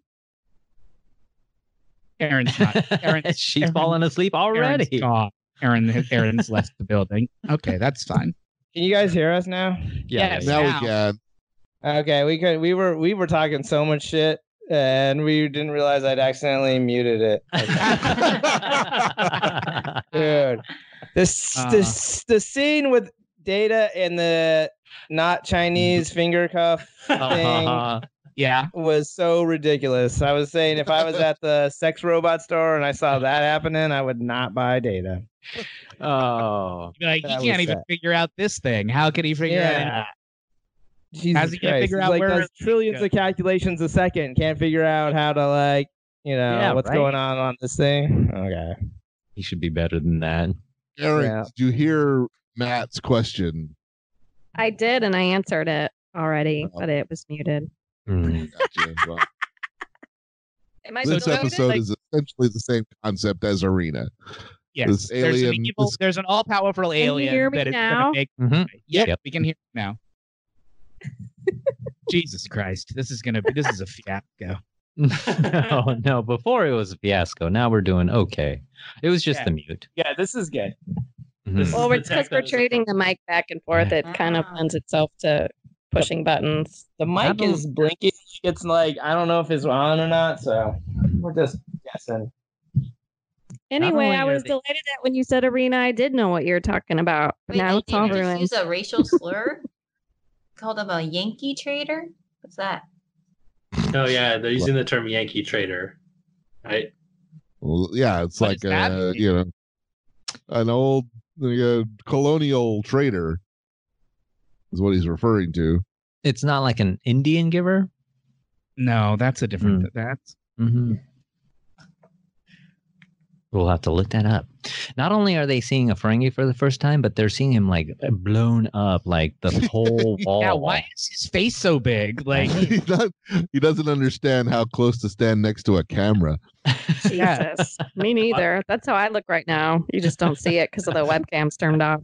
Speaker 2: Aaron's not. Aaron's, Uh,
Speaker 4: She's
Speaker 2: Aaron-
Speaker 4: fallen asleep
Speaker 2: Aaron's
Speaker 4: already.
Speaker 2: gone. Aaron, Aaron's left the building. Okay, that's fine.
Speaker 6: Can you guys hear us now?
Speaker 4: Yeah,
Speaker 2: Yes.
Speaker 1: Now
Speaker 2: Now.
Speaker 1: we can.
Speaker 6: Okay, we could. We were we were talking so much shit, and we didn't realize I'd accidentally muted it.
Speaker 4: yeah.
Speaker 6: dude. This
Speaker 2: Uh.
Speaker 6: this the scene with Data and the not Chinese finger cuff
Speaker 4: Uh-huh.
Speaker 2: Yeah.
Speaker 6: was so ridiculous. I was saying if I was at the sex robot store and I saw that happening, I would not buy Data.
Speaker 4: Oh.
Speaker 2: You're Like, he
Speaker 6: That
Speaker 2: can't
Speaker 6: was
Speaker 2: even
Speaker 6: sad.
Speaker 2: figure out this thing. How can he figure out?
Speaker 6: Yeah. Jesus
Speaker 2: How's he gonna
Speaker 6: Christ.
Speaker 2: figure
Speaker 6: He's
Speaker 2: out
Speaker 6: like
Speaker 2: where
Speaker 6: does
Speaker 2: it's
Speaker 6: trillions
Speaker 2: good?
Speaker 6: of calculations a second? Can't figure out how to like you know
Speaker 4: Yeah,
Speaker 6: what's
Speaker 4: right.
Speaker 6: going on on this thing. Okay.
Speaker 4: He should be better than that.
Speaker 1: Aaron,
Speaker 6: Yeah.
Speaker 1: did you hear Matt's question?
Speaker 5: I did, and I answered it already, but it was muted.
Speaker 4: Mm.
Speaker 1: Gotcha. Well,
Speaker 5: Am I
Speaker 1: this
Speaker 5: still muted?
Speaker 1: episode
Speaker 5: Like,
Speaker 1: is essentially the same concept as Arena.
Speaker 2: Yes.
Speaker 1: This
Speaker 2: there's an
Speaker 1: alien-
Speaker 2: evil-
Speaker 1: this-
Speaker 2: there's an all-powerful
Speaker 5: you
Speaker 2: alien
Speaker 5: hear me
Speaker 2: that is
Speaker 5: now?
Speaker 2: gonna make.
Speaker 4: Mhm.
Speaker 2: Yep,
Speaker 4: Yep.
Speaker 2: we can hear you now. Jesus Christ, this is gonna be. This is a fiasco.
Speaker 4: no, Oh, no. Before it was a fiasco. Now we're doing okay. It was just
Speaker 6: Yeah.
Speaker 4: the mute.
Speaker 6: Yeah, this is good.
Speaker 4: Mhm.
Speaker 5: well,
Speaker 3: the
Speaker 5: because
Speaker 3: tech that
Speaker 5: we're
Speaker 3: is-
Speaker 5: trading the mic back and forth, it kind of
Speaker 8: Ah.
Speaker 5: lends itself to pushing buttons.
Speaker 6: The mic
Speaker 4: don't-
Speaker 6: is blinking. It's like I don't know if it's on or not, so we're just guessing.
Speaker 5: Anyway,
Speaker 4: only
Speaker 5: I
Speaker 4: are
Speaker 5: was
Speaker 4: they-
Speaker 5: delighted that when you said arena, I did know what you were talking about. But
Speaker 8: Wait,
Speaker 5: now
Speaker 8: did
Speaker 5: it's
Speaker 8: they
Speaker 5: all
Speaker 8: just
Speaker 5: ruined.
Speaker 8: Use a racial slur. Called him a Yankee traitor. What's that?
Speaker 3: Oh yeah, they're using the term Yankee trader. Right?
Speaker 1: Well, yeah, it's
Speaker 2: What
Speaker 1: like
Speaker 2: does that
Speaker 1: a,
Speaker 2: mean?
Speaker 1: you know an old like a colonial trader is what he's referring to.
Speaker 4: It's not like an Indian giver.
Speaker 2: No, that's a
Speaker 6: Hmm.
Speaker 2: different. That's
Speaker 4: hmm We'll have to look that up. Not only are they seeing a Ferengi for the first time, but they're seeing him like blown up, like the whole
Speaker 6: Oh.
Speaker 4: wall.
Speaker 2: Yeah, why is his face so big? Like,
Speaker 1: he, not, he doesn't understand how close to stand next to a camera.
Speaker 5: Jesus. Me neither. That's how I look right now. You just don't see it because of the webcams turned off.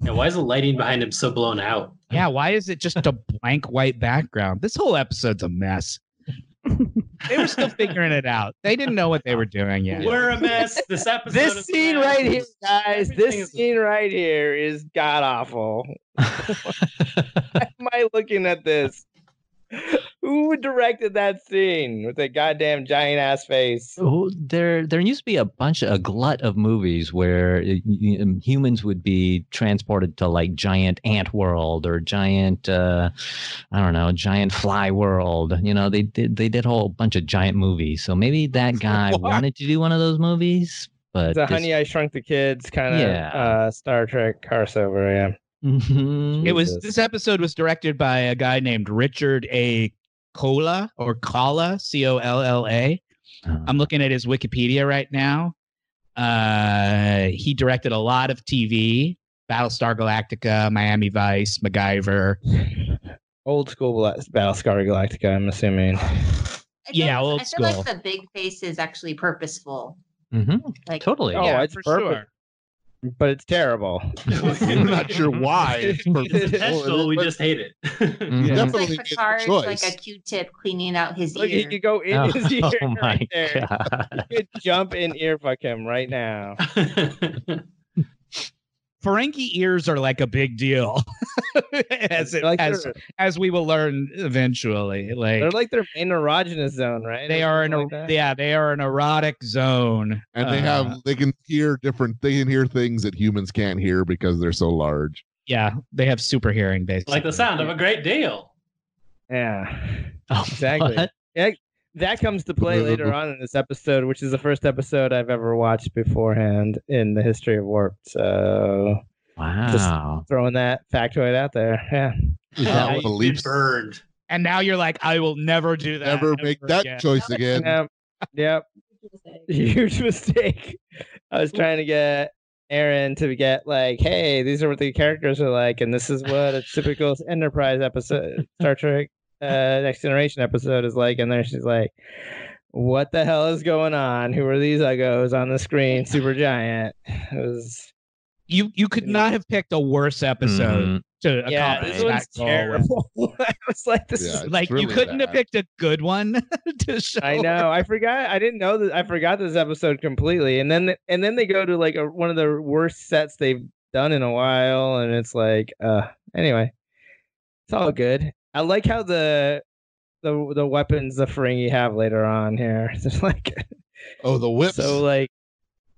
Speaker 3: And why is the lighting behind him so blown out?
Speaker 2: yeah, why is it just a blank white background? This whole episode's a mess. They were still figuring it out. They didn't know what they were doing yet.
Speaker 3: We're a mess. This episode.
Speaker 6: This
Speaker 3: is a
Speaker 6: scene
Speaker 3: mess.
Speaker 6: right here, guys.
Speaker 3: Everything
Speaker 6: This
Speaker 3: is-
Speaker 6: scene right here is god awful. Why am I looking at this? Who directed that scene with that goddamn giant ass face?
Speaker 4: Oh, there there used to be a bunch a glut of movies where uh, y- um, humans would be transported to like giant ant world or giant uh, I don't know giant fly world you know they did they did a whole bunch of giant movies so maybe that guy
Speaker 1: What?
Speaker 4: wanted to do one of those movies but
Speaker 6: The
Speaker 4: this-
Speaker 6: Honey I Shrunk the Kids kind of
Speaker 4: Yeah.
Speaker 6: uh, Star Trek crossover. Yeah.
Speaker 4: Mhm.
Speaker 2: It was
Speaker 6: Jesus.
Speaker 2: this episode was directed by a guy named Richard A. Cola or Kala C O L L A.
Speaker 4: Uh,
Speaker 2: I'm looking at his Wikipedia right now. Uh, he directed a lot of TV: Battlestar Galactica, Miami Vice, MacGyver.
Speaker 6: Old school Bla- Battlestar Galactica, I'm assuming.
Speaker 8: I feel
Speaker 2: Yeah,
Speaker 8: like-
Speaker 2: old
Speaker 8: I feel
Speaker 2: school.
Speaker 8: like the big face is actually purposeful.
Speaker 4: mhm.
Speaker 8: Like
Speaker 4: totally
Speaker 6: Oh,
Speaker 2: yeah,
Speaker 6: it's
Speaker 2: for
Speaker 6: perfect.
Speaker 2: sure.
Speaker 6: But it's terrible.
Speaker 1: We're not sure why. It's
Speaker 3: It's
Speaker 1: purposeful,
Speaker 3: intentional. We
Speaker 1: but
Speaker 3: just hate it.
Speaker 4: Mhm.
Speaker 8: It's
Speaker 1: Definitely
Speaker 8: like
Speaker 1: is a
Speaker 8: Picard's like
Speaker 1: choice.
Speaker 8: a Q-tip cleaning out his
Speaker 6: Look, he
Speaker 8: ear.
Speaker 6: could go in
Speaker 4: Oh,
Speaker 6: his ear.
Speaker 4: oh my
Speaker 6: right there.
Speaker 4: god
Speaker 6: You could jump in ear fuck him right now.
Speaker 2: Ferengi ears are like a big deal, as it,
Speaker 6: Like
Speaker 2: as
Speaker 6: they're-
Speaker 2: as we will learn eventually. Like,
Speaker 6: They're like their main erogenous zone, right?
Speaker 2: they
Speaker 6: Or
Speaker 2: are in
Speaker 6: something
Speaker 2: a
Speaker 6: like that?
Speaker 2: yeah they are an erotic zone,
Speaker 1: and they
Speaker 2: Uh,
Speaker 1: have they can hear different they can hear things that humans can't hear because they're so large.
Speaker 2: yeah they have super hearing basically
Speaker 3: like the sound of a great deal.
Speaker 6: Yeah.
Speaker 4: Oh,
Speaker 6: Exactly.
Speaker 4: what?
Speaker 6: Yeah, that comes to play later on in this episode, which is the first episode I've ever watched beforehand in the history of Warped. So
Speaker 4: wow
Speaker 6: throwing that factoid out there. Yeah.
Speaker 1: That
Speaker 3: How
Speaker 1: was
Speaker 3: you
Speaker 1: a
Speaker 3: get
Speaker 1: leap.
Speaker 3: burned.
Speaker 2: and now you're like I will never do that
Speaker 1: Never make
Speaker 2: ever
Speaker 1: that
Speaker 2: again.
Speaker 1: choice again.
Speaker 6: Yep. Yep. Huge mistake. I was trying to get Aaron to get like, hey, these are what the characters are like, and this is what a typical Enterprise episode, Star Trek uh, Next Generation episode is like. And there she's like, what the hell is going on? Who are these uggos on the screen? Super giant. It was.
Speaker 2: you you could not have picked a worse episode
Speaker 4: Mhm.
Speaker 2: to
Speaker 6: Yeah,
Speaker 2: accomplish
Speaker 6: this
Speaker 4: Right.
Speaker 2: that
Speaker 6: one's
Speaker 2: goal.
Speaker 6: terrible. I was like, this
Speaker 1: Yeah,
Speaker 6: is
Speaker 1: it's
Speaker 2: Like you
Speaker 1: really
Speaker 2: couldn't have
Speaker 1: bad.
Speaker 2: picked a good one to show.
Speaker 6: I know. I forgot. I didn't know that. I forgot this episode completely. And then and then they go to like a, one of the worst sets they've done in a while, and it's like, uh, anyway, it's all good. I like how the the the weapons the Ferengi have later on here. It's like
Speaker 1: Oh, the whips.
Speaker 6: so like.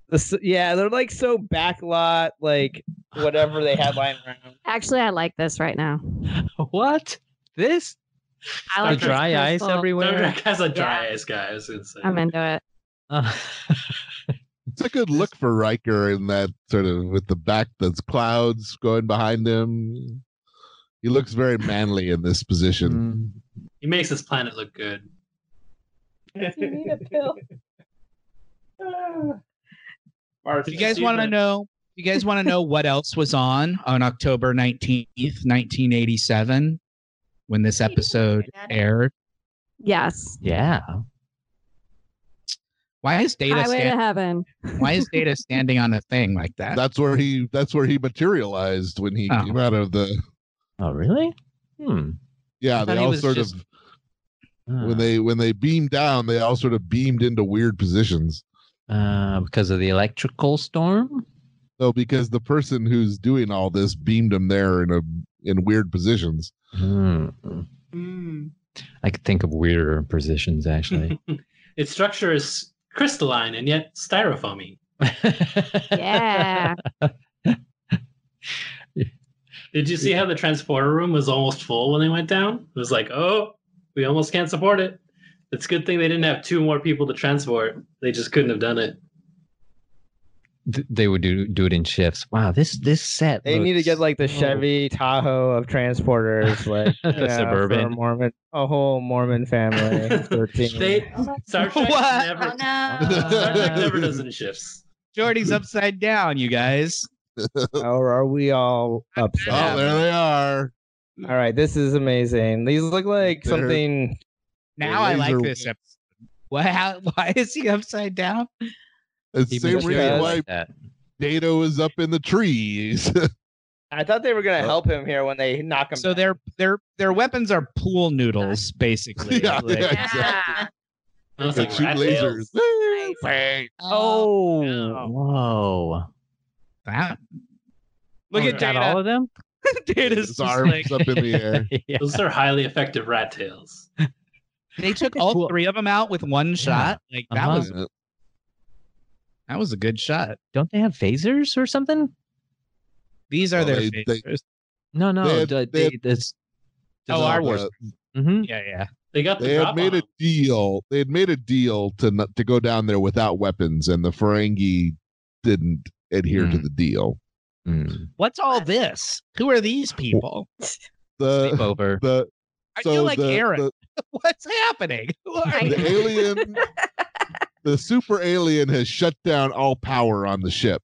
Speaker 6: the s- Yeah, they're like so backlot, like whatever they had lying around.
Speaker 5: Actually, I like this right now.
Speaker 4: what this
Speaker 5: I
Speaker 3: Or
Speaker 5: like this
Speaker 4: dry ice
Speaker 5: crystal.
Speaker 3: Star
Speaker 4: everywhere
Speaker 3: Trek has a dry
Speaker 5: Yeah.
Speaker 3: ass guy. I was gonna say.
Speaker 5: I'm into it.
Speaker 4: Uh,
Speaker 1: it's a good look for Riker in that sort of with the back that's clouds going behind him. He looks very manly in this position.
Speaker 4: mm.
Speaker 3: he makes this planet look good.
Speaker 5: You need a pill.
Speaker 2: If you guys want to know, if you guys want to know what else was on on October nineteenth, nineteen eighty-seven, when this episode aired?
Speaker 5: Yes.
Speaker 4: yeah
Speaker 2: Why is data
Speaker 5: Highway
Speaker 2: stand-
Speaker 5: to heaven.
Speaker 2: Why is data standing on a thing like that?
Speaker 1: That's where he that's where he materialized when he
Speaker 2: Oh.
Speaker 1: came out of the
Speaker 4: oh really hmm
Speaker 1: yeah, they
Speaker 4: I thought he
Speaker 1: all
Speaker 4: was
Speaker 1: sort
Speaker 4: just- uh.
Speaker 1: of when they when they beamed down, they all sort of beamed into weird positions.
Speaker 4: Uh, because of the electrical storm.
Speaker 1: No, because the person who's doing all this beamed him there in a in weird positions.
Speaker 4: Hmm.
Speaker 8: Mm.
Speaker 4: I could think of weirder positions actually.
Speaker 3: its structure is crystalline and yet styrofoamy.
Speaker 5: Yeah.
Speaker 3: Did you see how the transporter room was almost full when they went down? It was like, oh, we almost can't support it. It's a good thing they didn't have two more people to transport. They just couldn't have done it.
Speaker 4: Th- they would do do it in shifts. Wow, this this set.
Speaker 6: They need to get
Speaker 4: looks-
Speaker 6: like the Chevy Tahoe of transporters, like you
Speaker 4: A
Speaker 6: know, for a
Speaker 4: Suburban.
Speaker 6: Mormon, a whole Mormon family. 13.
Speaker 3: They Star Trek
Speaker 2: What?
Speaker 3: never
Speaker 8: Oh no.
Speaker 4: Uh,
Speaker 3: Star Trek never does any shifts.
Speaker 2: Jordy's upside down, you guys.
Speaker 6: or are we all upset?
Speaker 1: Oh, there they are.
Speaker 6: All right, this is amazing. These look like
Speaker 1: They're-
Speaker 6: something.
Speaker 2: Now I like
Speaker 1: Laser-
Speaker 2: this episode. Why, how, why is he upside down?
Speaker 1: It's the
Speaker 4: People
Speaker 1: same
Speaker 4: just
Speaker 1: reason
Speaker 4: really
Speaker 6: because-
Speaker 1: why
Speaker 4: like that.
Speaker 1: Dato is up in the trees.
Speaker 6: I thought they were gonna
Speaker 1: Oh.
Speaker 6: help him here when they knock him.
Speaker 2: So
Speaker 6: down.
Speaker 2: their their their weapons are pool noodles, basically.
Speaker 1: yeah,
Speaker 2: Like,
Speaker 1: yeah, exactly.
Speaker 8: Yeah.
Speaker 3: That was
Speaker 1: They
Speaker 3: like
Speaker 1: shoot
Speaker 3: rat
Speaker 1: lasers.
Speaker 3: tails.
Speaker 1: Bang.
Speaker 2: Oh,
Speaker 4: Oh,
Speaker 2: no.
Speaker 4: whoa.
Speaker 2: that- look
Speaker 3: Oh,
Speaker 2: at
Speaker 4: Got
Speaker 2: Data.
Speaker 4: all of them?
Speaker 2: Data's
Speaker 1: His
Speaker 2: just
Speaker 1: arms
Speaker 2: like-
Speaker 1: up in the air.
Speaker 4: yeah.
Speaker 3: Those are highly effective rat tails.
Speaker 2: they took all
Speaker 4: Cool.
Speaker 2: three of them out with one shot. Like that
Speaker 4: Uh-huh.
Speaker 1: Uh,
Speaker 2: was that was a good shot.
Speaker 4: Don't they have phasers or something?
Speaker 2: These are
Speaker 1: Oh,
Speaker 2: their
Speaker 1: they- they-
Speaker 2: favorites.
Speaker 4: No, no.
Speaker 1: They had-
Speaker 4: the-
Speaker 1: they had-
Speaker 4: they- that's-
Speaker 2: Oh, our
Speaker 1: Uh,
Speaker 2: wars.
Speaker 4: mhm.
Speaker 2: Yeah, yeah.
Speaker 3: They got the
Speaker 1: They had
Speaker 3: drop
Speaker 1: made
Speaker 3: on
Speaker 1: a
Speaker 3: 'em.
Speaker 1: deal. They had made a deal to not, to go down there without weapons, and the Ferengi didn't adhere to
Speaker 4: Hmm.
Speaker 1: the deal.
Speaker 4: Mm.
Speaker 2: What's all this? Who are these people?
Speaker 1: The
Speaker 4: Sleepover.
Speaker 1: the
Speaker 2: I
Speaker 1: so
Speaker 2: feel like
Speaker 1: the,
Speaker 2: Aaron.
Speaker 1: the,
Speaker 2: What's happening? Who are
Speaker 8: I-
Speaker 2: you?
Speaker 1: the alien, the super alien has shut down all power on the ship.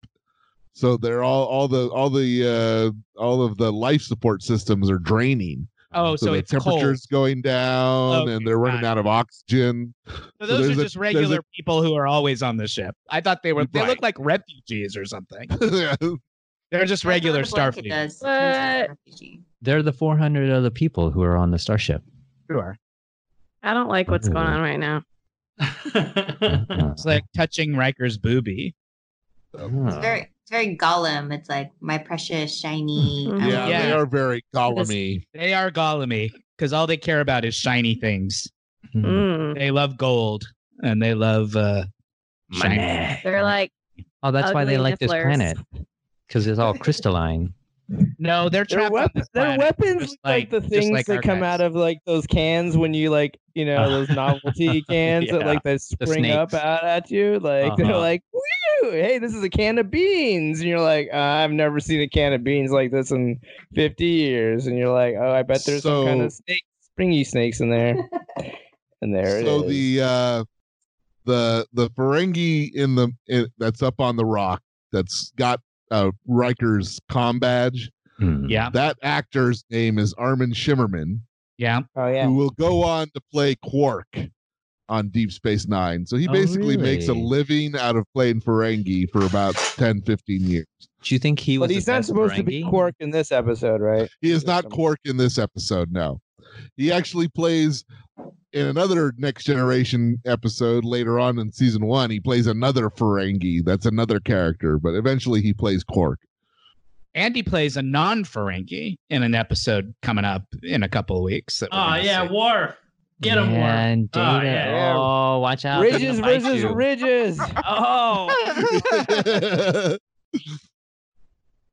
Speaker 1: So they're all all the all the uh all of the life support systems are draining.
Speaker 2: Oh, so,
Speaker 1: the
Speaker 2: it's cold.
Speaker 1: temperature's going down,
Speaker 2: Okay,
Speaker 1: and they're running out
Speaker 2: got
Speaker 1: of oxygen. so
Speaker 2: So those
Speaker 1: there's
Speaker 2: are
Speaker 1: a-
Speaker 2: just
Speaker 1: there's a-
Speaker 2: regular people who are always on the ship. I thought they were. They
Speaker 1: Right.
Speaker 2: look like refugees or something.
Speaker 1: They're
Speaker 2: They're just regular
Speaker 8: That's what it
Speaker 2: Starfleet.
Speaker 8: does. It's a refugee.
Speaker 4: They're the 400 other people who are on the starship.
Speaker 2: Sure.
Speaker 5: I don't like what's going on right now.
Speaker 4: Uh,
Speaker 2: It's like touching Riker's booby.
Speaker 4: Oh.
Speaker 8: It's very, it's very Gollum. It's like my precious shiny.
Speaker 6: Oh,
Speaker 5: Mhm.
Speaker 8: I
Speaker 1: yeah,
Speaker 8: want
Speaker 1: they
Speaker 2: Yeah.
Speaker 1: are very columny.
Speaker 2: They are Golemy because all they care about is shiny things.
Speaker 4: mm.
Speaker 5: Mm.
Speaker 2: They love gold and they love uh, shiny.
Speaker 4: Money.
Speaker 5: They're like,
Speaker 4: Oh, that's why they
Speaker 5: ugly
Speaker 4: like this
Speaker 5: nifflers.
Speaker 4: planet because it's all crystalline.
Speaker 2: No, they're
Speaker 6: Their,
Speaker 2: trapped on
Speaker 6: wep-
Speaker 2: this
Speaker 6: their
Speaker 2: planet,
Speaker 6: weapons
Speaker 2: just
Speaker 6: look like,
Speaker 2: like-
Speaker 6: the
Speaker 2: just
Speaker 6: things
Speaker 2: like
Speaker 6: that
Speaker 2: our
Speaker 6: come
Speaker 2: guys.
Speaker 6: out of like those cans when you like you know those novelty cans that
Speaker 4: Yeah.
Speaker 6: like they spring up
Speaker 4: snakes.
Speaker 6: out at you like they're
Speaker 4: Uh-huh.
Speaker 6: like Woo! hey this is a can of beans and you're like uh, I've never seen a can of beans like this in 50 years and you're like oh I bet there's some kind of
Speaker 1: So-
Speaker 6: snake springy snakes in there and there
Speaker 1: so
Speaker 6: it is
Speaker 1: the uh the the Ferengi in the in, that's up on the rock that's got uh Riker's com badge.
Speaker 4: Mm.
Speaker 2: Yeah,
Speaker 1: That actor's name is Armin Shimmerman,
Speaker 2: yeah.
Speaker 6: oh yeah
Speaker 1: who will go on to play Quark on Deep Space Nine. So he
Speaker 4: Oh,
Speaker 1: basically makes a
Speaker 4: really?
Speaker 1: living out of playing Ferengi for about 10, 15 years.
Speaker 4: Do you think he was?
Speaker 6: but he's
Speaker 4: the
Speaker 6: not
Speaker 4: best
Speaker 6: supposed to be
Speaker 4: Ferengi?
Speaker 6: Quark in this episode right
Speaker 1: He is
Speaker 6: Just
Speaker 1: not
Speaker 6: some-
Speaker 1: Quark in this episode, no. He actually plays in another Next Generation episode later on in season one. He plays another Ferengi. That's another character, but eventually he plays Quark.
Speaker 2: Andy plays a non Ferengi in an episode coming up in a couple of weeks. that we're
Speaker 3: Oh
Speaker 2: gonna
Speaker 3: yeah,
Speaker 2: see.
Speaker 3: Worf. Get him,
Speaker 4: Yeah,
Speaker 3: Worf.
Speaker 4: and
Speaker 3: Oh,
Speaker 4: Data. Oh,
Speaker 3: yeah.
Speaker 4: watch out! they're
Speaker 6: ridges
Speaker 4: gonna bite
Speaker 6: versus
Speaker 4: you.
Speaker 6: ridges
Speaker 1: oh,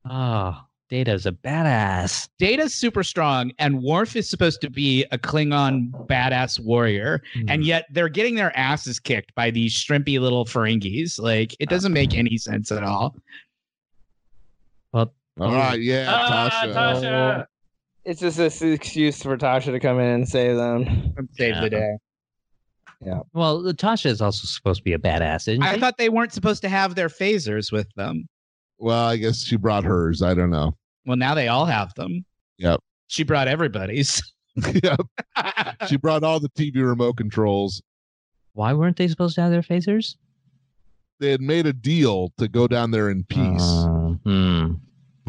Speaker 4: Oh, Data's a badass.
Speaker 2: Data's super strong, and Worf is supposed to be a Klingon badass warrior,
Speaker 4: Hmm.
Speaker 1: Hmm.
Speaker 2: and yet they're getting their asses kicked by these shrimpy little Ferengis. Like it doesn't make any sense at all.
Speaker 1: all right, yeah,
Speaker 3: Ah,
Speaker 1: Tasha.
Speaker 3: Tasha.
Speaker 6: Um, It's just this excuse for Tasha to come in and save them.
Speaker 2: Save the
Speaker 4: Yeah.
Speaker 2: day.
Speaker 4: well, Tasha is also supposed to be a badass, isn't
Speaker 2: I
Speaker 4: she?
Speaker 2: thought they weren't supposed to have their phasers with them.
Speaker 1: Well, I guess she brought hers. I don't know.
Speaker 2: Well, now they all have them.
Speaker 1: Yep.
Speaker 2: She brought everybody's.
Speaker 1: yep. She brought all the TV remote controls.
Speaker 4: Why weren't they supposed to have their phasers?
Speaker 1: They had made a deal to go down there in peace.
Speaker 4: Oh, hmm.
Speaker 6: Uh,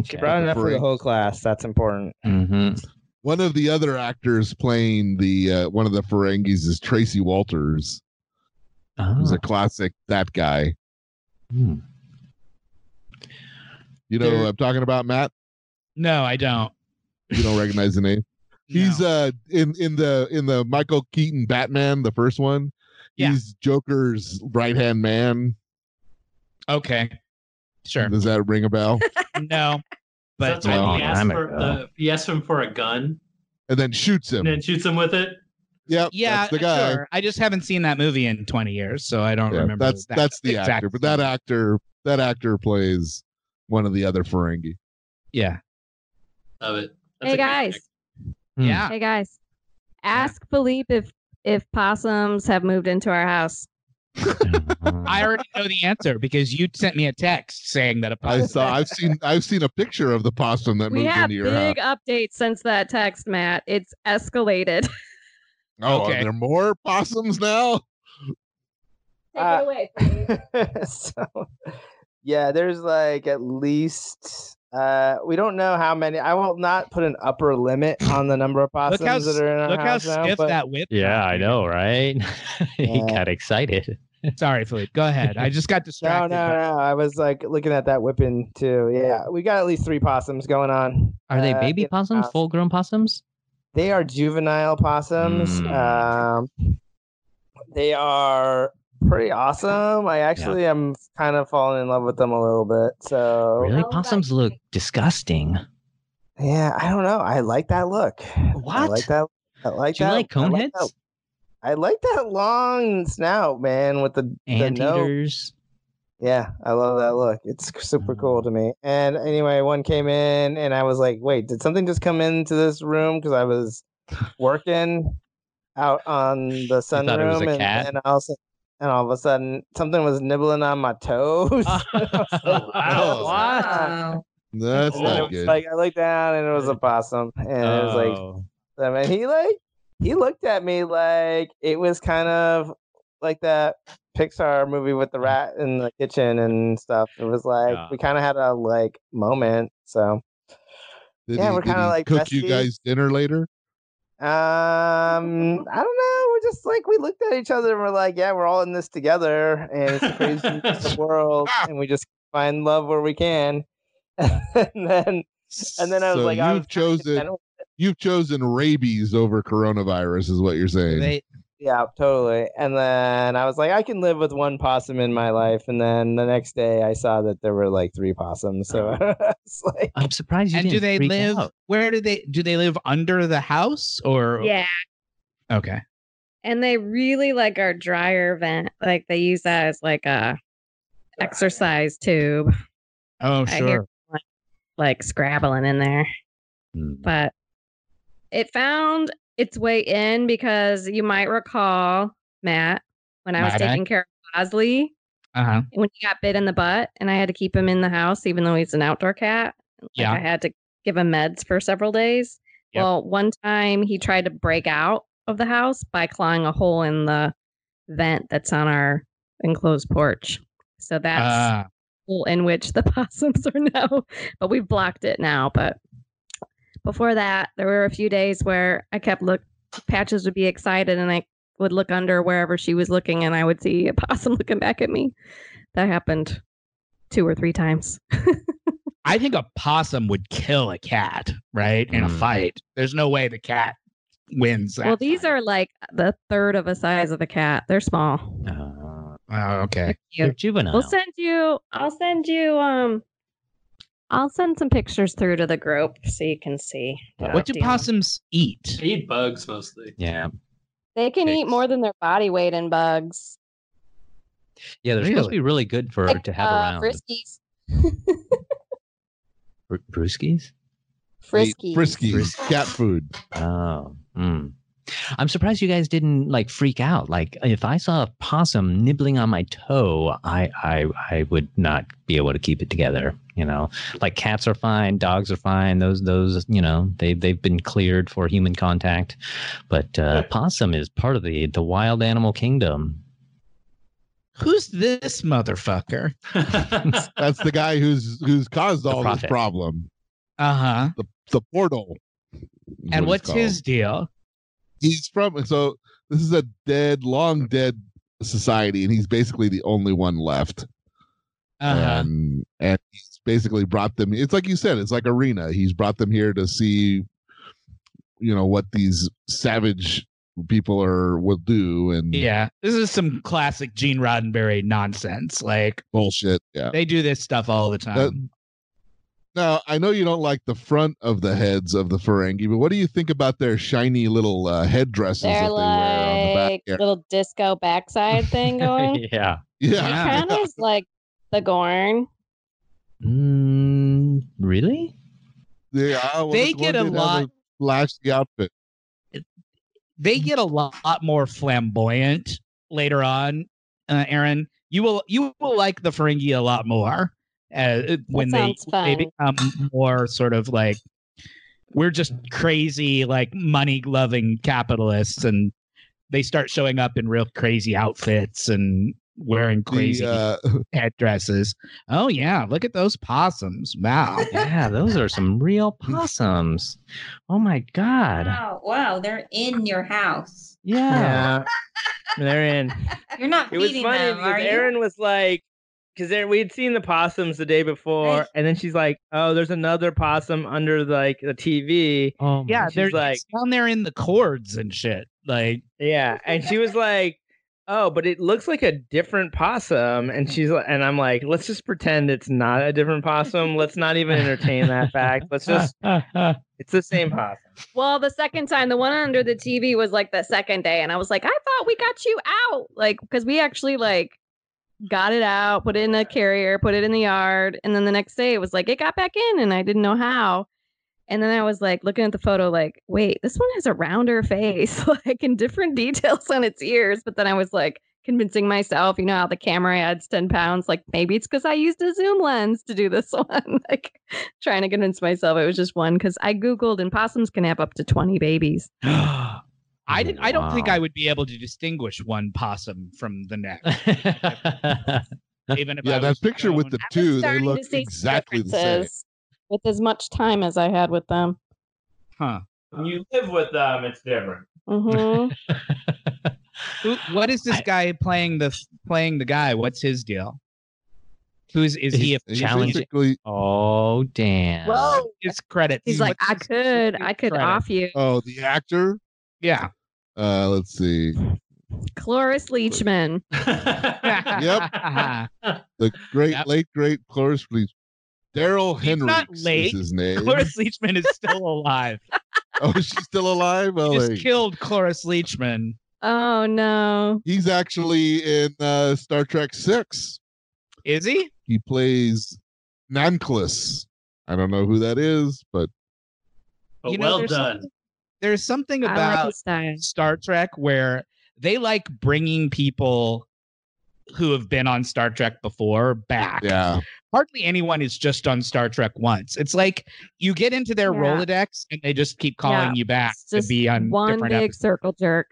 Speaker 6: She
Speaker 4: Okay.
Speaker 6: brought enough for the
Speaker 1: Great.
Speaker 6: whole class. That's important.
Speaker 4: Mhm.
Speaker 1: one of the other actors playing the uh, one of the Ferengis is Tracy Walters, who's
Speaker 4: Oh,
Speaker 1: a classic that guy.
Speaker 4: hmm.
Speaker 1: You know who
Speaker 4: There-
Speaker 1: I'm talking about, Matt?
Speaker 2: no, I don't.
Speaker 1: You don't recognize the name. He's
Speaker 2: No.
Speaker 1: uh in in the in the Michael Keaton Batman, the first one.
Speaker 2: Yeah.
Speaker 1: He's Joker's right hand man.
Speaker 2: okay. Sure.
Speaker 1: Does that ring a bell?
Speaker 2: No. But
Speaker 3: so that's
Speaker 1: Well,
Speaker 3: when he asked
Speaker 4: I'm a-
Speaker 3: for the, he asked him for a gun
Speaker 1: and then shoots him.
Speaker 3: and then shoots him with it.
Speaker 1: yep.
Speaker 2: yeah,
Speaker 1: that's the guy.
Speaker 2: sure. I just haven't seen that movie in 20 years, so I don't
Speaker 1: Yeah,
Speaker 2: remember.
Speaker 1: that's
Speaker 2: that
Speaker 1: that's the actor.
Speaker 2: exact-
Speaker 1: But that actor that actor plays one of the other Ferengi.
Speaker 2: Yeah.
Speaker 3: Love it.
Speaker 5: hey
Speaker 3: That's a great
Speaker 5: guys,
Speaker 4: Hmm.
Speaker 5: Ah.
Speaker 2: Yeah.
Speaker 5: hey guys, ask Philippe if if possums have moved into our house.
Speaker 2: I already know the answer because you sent me a text saying that a
Speaker 1: I
Speaker 2: possum.
Speaker 1: saw. I've seen. I've seen a picture of the possum that
Speaker 5: we
Speaker 1: moved
Speaker 5: have
Speaker 1: into your house.
Speaker 5: big updates since that text, Matt. It's escalated.
Speaker 1: Oh,
Speaker 2: Okay.
Speaker 1: are there more possums now?
Speaker 5: Take it
Speaker 6: Uh,
Speaker 5: away. please.
Speaker 6: so yeah there's like at least uh we don't know how many i will not put an upper limit on the number of possums
Speaker 2: Look how
Speaker 6: that are in our
Speaker 2: look how
Speaker 6: house now,
Speaker 2: stiff
Speaker 6: but
Speaker 2: that whip.
Speaker 4: yeah, I know, right? he
Speaker 6: Yeah.
Speaker 4: got excited.
Speaker 2: Sorry, Philippe. Go ahead. I just got
Speaker 6: no no
Speaker 2: distracted.
Speaker 6: no i was like looking at that whipping too yeah we got at least three possums going on
Speaker 4: Are they
Speaker 6: uh,
Speaker 4: baby
Speaker 6: in our
Speaker 4: possums,
Speaker 6: house.
Speaker 4: full grown possums?
Speaker 6: they are juvenile possums
Speaker 4: Mm.
Speaker 6: um they are pretty awesome i actually am kind of falling in love with them a little bit so
Speaker 4: Really?
Speaker 5: How about
Speaker 4: Possums
Speaker 5: you?
Speaker 4: look disgusting.
Speaker 6: Yeah, I don't know. I like that look. I
Speaker 4: What?
Speaker 6: like that. I like
Speaker 4: Do you
Speaker 6: that.
Speaker 4: like
Speaker 6: I
Speaker 4: coneheads?
Speaker 6: that- I like that long snout, man, with the the nose.
Speaker 4: Anteaters?
Speaker 6: Yeah, I love
Speaker 4: Um,
Speaker 6: that look. It's c- super cool to me. And anyway, one came in, and I was like, "Wait, did something just come into this room?" Because I was working out on the
Speaker 4: thought it was
Speaker 6: sunroom,
Speaker 4: a
Speaker 6: and
Speaker 4: cat?
Speaker 6: and also, and all of a sudden, something was nibbling on my toes.
Speaker 3: Oh, wow.
Speaker 8: Oh.
Speaker 1: That's
Speaker 3: Oh.
Speaker 6: and it
Speaker 1: not
Speaker 6: was
Speaker 1: good.
Speaker 6: like I looked down, and it was a possum, and it was like. I mean, he like he looked at me like it was kind of like that Pixar movie with the rat in the kitchen and stuff. It was like
Speaker 4: Yeah.
Speaker 6: we kind of had a like moment. So
Speaker 1: Did
Speaker 6: yeah,
Speaker 1: he,
Speaker 6: we're
Speaker 1: did he
Speaker 6: kinda like
Speaker 1: cook you
Speaker 6: besties.
Speaker 1: guys dinner later.
Speaker 6: um, I don't know. We're just like we looked at each other and we're like, yeah, we're all in this together, and it's crazy the world, and we just find love where we can. and then and then I was
Speaker 1: So
Speaker 6: like,
Speaker 1: you've
Speaker 6: I was kinda
Speaker 1: chosen-
Speaker 6: content with
Speaker 1: You've chosen rabies over coronavirus, is what you're saying.
Speaker 2: They,
Speaker 6: Yeah, totally. And then I was like, I can live with one possum in my life. And then the next day, I saw that there were like three possums. So I was like,
Speaker 4: I'm surprised you
Speaker 2: and
Speaker 4: didn't
Speaker 2: do they
Speaker 4: freak
Speaker 2: live?
Speaker 4: out.
Speaker 2: Where do they? Do they live under the house or?
Speaker 5: yeah,
Speaker 2: Okay.
Speaker 5: and they really like our dryer vent. Like they use that as like a exercise tube.
Speaker 2: Oh,
Speaker 5: I
Speaker 2: sure.
Speaker 5: hear like, like scrabbling in there.
Speaker 4: Mm.
Speaker 5: but it found its way in because you might recall Matt when I was
Speaker 2: Matt, eh?
Speaker 5: taking care of Bosley
Speaker 2: Uh-huh.
Speaker 5: when he got bit in the butt, and I had to keep him in the house even though he's an outdoor cat. Like,
Speaker 2: Yeah.
Speaker 5: I had to give him meds for several days.
Speaker 2: Yep.
Speaker 5: Well, one time he tried to break out of the house by clawing a hole in the vent that's on our enclosed porch. So that's
Speaker 2: Ah,
Speaker 5: hole in which the possums are now, but we've blocked it now. But before that, there were a few days where I kept look patches would be excited and I would look under wherever she was looking and I would see a possum looking back at me. That happened two or three times.
Speaker 2: I think a possum would kill a cat, right? In a
Speaker 4: Mm.
Speaker 2: fight. There's no way the cat wins. That
Speaker 5: well, these
Speaker 2: fight.
Speaker 5: are like the third of a size of a cat. They're small.
Speaker 4: Uh,
Speaker 2: Oh, okay.
Speaker 5: Yeah.
Speaker 4: They're juvenile.
Speaker 5: We'll send you I'll send you um I'll send some pictures through to the group so you can see.
Speaker 4: Yeah.
Speaker 2: What
Speaker 5: we're
Speaker 2: do
Speaker 5: dealing with.
Speaker 2: possums eat?
Speaker 3: They eat bugs mostly.
Speaker 4: yeah.
Speaker 5: They can eat
Speaker 4: Pigs.
Speaker 5: more than their body weight in bugs.
Speaker 4: Yeah, they're supposed to be really good for
Speaker 5: Like,
Speaker 4: to have
Speaker 5: uh,
Speaker 4: around.
Speaker 5: Friskies.
Speaker 4: Br- Brewskis?
Speaker 1: Eat
Speaker 5: Friskies.
Speaker 1: Friskies,
Speaker 4: Friskies.
Speaker 1: cat food.
Speaker 4: Oh, mm. I'm surprised you guys didn't like freak out. Like, if I saw a possum nibbling on my toe, I, I, I would not be able to keep it together. You know, like cats are fine, dogs are fine. Those, those, you know, they they've been cleared for human contact, but uh, possum is part of the the wild animal kingdom.
Speaker 2: Who's this motherfucker?
Speaker 1: That's the guy who's who's caused
Speaker 4: The
Speaker 1: all this
Speaker 4: prophet.
Speaker 1: problem.
Speaker 2: Uh huh.
Speaker 1: The the portal. is what
Speaker 2: And
Speaker 1: he's
Speaker 2: what's
Speaker 1: called.
Speaker 2: his deal?
Speaker 1: He's from. So this is a dead, long dead society, and he's basically the only one left.
Speaker 2: Uh huh.
Speaker 1: And and he's basically brought them. It's like you said. It's like arena. He's brought them here to see, you know, what these savage people are will do and
Speaker 2: Yeah, this is some classic Gene Roddenberry nonsense. Like
Speaker 1: bullshit. Yeah.
Speaker 2: they do this stuff all the time.
Speaker 1: Now, I know you don't like the front of the heads of the Ferengi, but what do you think about their shiny little uh, headdresses that
Speaker 5: They're
Speaker 1: they wear on the
Speaker 5: like
Speaker 1: back? Here?
Speaker 5: little disco backside thing going.
Speaker 4: yeah.
Speaker 5: It
Speaker 1: Yeah.
Speaker 2: Yeah.
Speaker 5: kind of is like the Gorn.
Speaker 4: Mm, really?
Speaker 1: yeah well,
Speaker 2: They
Speaker 1: look, one
Speaker 2: get a
Speaker 1: did have
Speaker 2: lot-
Speaker 1: flashy outfit.
Speaker 2: they get a lot, lot more flamboyant later on uh, Aaron, you will you will like the Ferengi a lot more uh, when they
Speaker 5: sounds fun.
Speaker 2: they become more sort of like we're just crazy like money loving capitalists and they start showing up in real crazy outfits and wearing crazy
Speaker 1: The, uh,
Speaker 2: headdresses. Oh yeah, look at those possums. Wow.
Speaker 4: Yeah, those are some real possums. Oh my god.
Speaker 8: Wow, Oh, wow, they're in your house.
Speaker 4: Yeah.
Speaker 7: They're in.
Speaker 8: You're not
Speaker 6: It was
Speaker 8: Oh. feeding
Speaker 6: funny
Speaker 8: them, are
Speaker 6: because
Speaker 8: you?
Speaker 6: Erin was like, because we had seen the possums the day before,
Speaker 8: Right.
Speaker 6: and then she's like, "Oh, there's another possum under like the TV."
Speaker 4: Oh my-
Speaker 2: Yeah,
Speaker 6: She's
Speaker 2: they're
Speaker 6: like-
Speaker 2: it's down there in the cords and shit. Like
Speaker 6: Yeah, and she was like, "Oh, but it looks like a different possum." And she's like, and I'm like, "Let's just pretend it's not a different possum. Let's not even entertain that fact. Let's just it's the same possum."
Speaker 5: Well, the second time, the one under the TV was like the second day, and I was like, I thought we got you out, like because we actually like got it out, put it in a carrier, put it in the yard, and then the next day it was like it got back in, and I didn't know how. And then I was like looking at the photo, like, wait, this one has a rounder face, like in different details on its ears. But then I was like convincing myself, you know, how the camera adds 10 pounds, like maybe it's because I used a zoom lens to do this one. like trying to convince myself it was just one because I Googled and possums can have up to 20 babies.
Speaker 2: I did, I don't think
Speaker 4: Wow.
Speaker 2: I would be able to distinguish one possum from the next. Even if
Speaker 1: yeah,
Speaker 2: I
Speaker 1: that
Speaker 2: was
Speaker 1: picture with
Speaker 2: shown-
Speaker 1: the
Speaker 5: I was
Speaker 1: two, they
Speaker 5: starting to
Speaker 1: look
Speaker 5: see some
Speaker 1: exactly the same.
Speaker 5: differences With as much time as I had with them.
Speaker 2: huh.
Speaker 6: When you live with them, it's different.
Speaker 5: hmm
Speaker 2: Who, what is this
Speaker 4: I-
Speaker 2: guy playing the playing the guy? What's his deal? Who's is he? A,
Speaker 1: He's
Speaker 4: Challenge-
Speaker 1: basically-
Speaker 4: oh damn.
Speaker 5: Whoa.
Speaker 2: his credits.
Speaker 5: He's like, I
Speaker 2: What's his-
Speaker 5: could,
Speaker 2: his
Speaker 5: I could
Speaker 2: credits?
Speaker 5: off you.
Speaker 1: Oh, the actor.
Speaker 2: Yeah.
Speaker 1: Uh, let's see.
Speaker 5: Cloris Leachman.
Speaker 2: yep.
Speaker 1: The great,
Speaker 2: Yep.
Speaker 1: late, great Cloris Leach. Daryl
Speaker 2: He's
Speaker 1: Henry
Speaker 2: not late.
Speaker 1: is his name.
Speaker 2: Cloris Leachman is still alive.
Speaker 1: Oh, she's still alive. Oh, Well,
Speaker 2: Just
Speaker 1: hey,
Speaker 2: killed Cloris Leachman.
Speaker 5: Oh no.
Speaker 1: he's actually in uh, Star Trek Six.
Speaker 2: Is he?
Speaker 1: He plays Nanclus. I don't know who that is, but
Speaker 3: But
Speaker 2: You know,
Speaker 3: well
Speaker 2: there's
Speaker 3: done.
Speaker 2: There's something
Speaker 5: I like
Speaker 2: about
Speaker 5: his style.
Speaker 2: Star Trek where they like bringing people who have been on Star Trek before back.
Speaker 1: yeah,
Speaker 2: Hardly anyone is just on Star Trek once. It's like you get into their
Speaker 5: Yeah.
Speaker 2: Rolodex and they just keep calling
Speaker 5: Yeah.
Speaker 2: you back
Speaker 5: It's
Speaker 2: to
Speaker 5: just
Speaker 2: be on
Speaker 5: one big
Speaker 2: different episodes.
Speaker 5: circle jerk.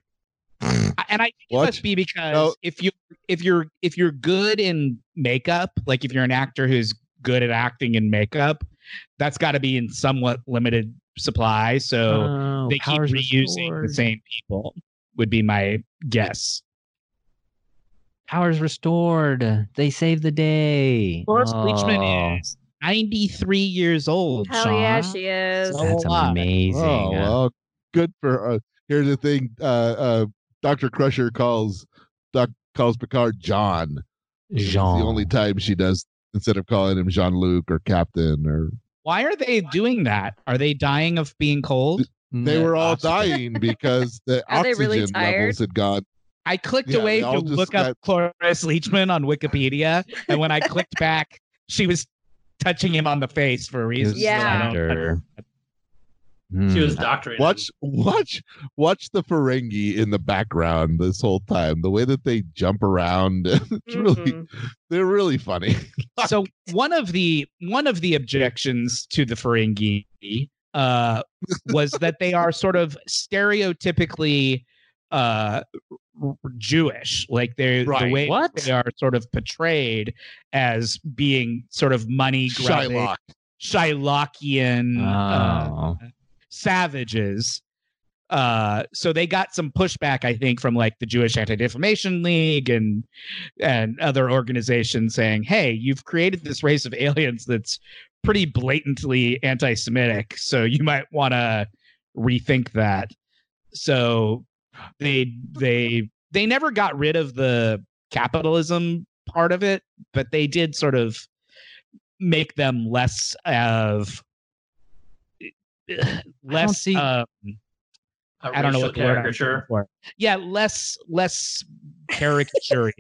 Speaker 2: And I think it
Speaker 1: What?
Speaker 2: must be because
Speaker 1: No.
Speaker 2: if you if you're if you're good in makeup, like if you're an actor who's good at acting in makeup, that's got to be in somewhat limited supply. So
Speaker 4: Oh,
Speaker 2: they keep
Speaker 4: powers
Speaker 2: reusing
Speaker 4: restored.
Speaker 2: the same people. Would be my guess.
Speaker 4: Powers restored. They save the day.
Speaker 2: Cloris
Speaker 4: oh,
Speaker 2: Leachman is 93 years old.
Speaker 5: Hell
Speaker 2: Sean.
Speaker 5: yeah, she is.
Speaker 2: So-
Speaker 4: That's
Speaker 2: alive.
Speaker 4: amazing.
Speaker 2: uh,
Speaker 4: uh,
Speaker 1: Oh, well, good for her. Here's the thing. Uh, uh, Dr. Crusher calls doc, calls Picard John. It's
Speaker 4: Jean.
Speaker 1: The only time she does instead of calling him Jean Luc or Captain or
Speaker 2: Why are they doing that? Are they dying of being cold?
Speaker 4: Mm,
Speaker 1: they were all
Speaker 4: Oxygen.
Speaker 1: dying because the
Speaker 5: Are they
Speaker 1: oxygen
Speaker 5: really
Speaker 1: levels
Speaker 5: tired?
Speaker 1: had gone.
Speaker 2: I clicked
Speaker 1: Yeah,
Speaker 2: away
Speaker 1: they all
Speaker 2: to
Speaker 1: just
Speaker 2: look up Cloris Leachman on Wikipedia, and when I clicked back, she was touching him on the face for a reason.
Speaker 5: Yeah.
Speaker 2: I don't-
Speaker 4: Doctor.
Speaker 3: She was
Speaker 4: Hmm.
Speaker 3: doctoring.
Speaker 1: Watch, watch, watch the Ferengi in the background this whole time. The way that they jump around, it's really,
Speaker 5: Mhm.
Speaker 1: they're really funny.
Speaker 2: so one of the one of the objections to the Ferengi uh, was that they are sort of stereotypically uh, r- Jewish, like they're the
Speaker 1: Right.
Speaker 2: way
Speaker 4: What?
Speaker 2: they are sort of portrayed as being sort of money grabbing,
Speaker 1: Shylock. Ah.
Speaker 2: Shylockian uh,
Speaker 4: Oh.
Speaker 2: savages. Uh, so they got some pushback, I think, from like the Jewish Anti Defamation League and and other organizations saying, "Hey, you've created this race of aliens that's pretty blatantly anti-Semitic, so you might want to rethink that." So they they they never got rid of the capitalism part of it, but they did sort of make them less of eh, less
Speaker 4: see-
Speaker 2: uh,
Speaker 3: A
Speaker 2: I don't know what word
Speaker 3: racial
Speaker 2: I'm looking
Speaker 3: caricature.
Speaker 2: for. Yeah, less less caricature.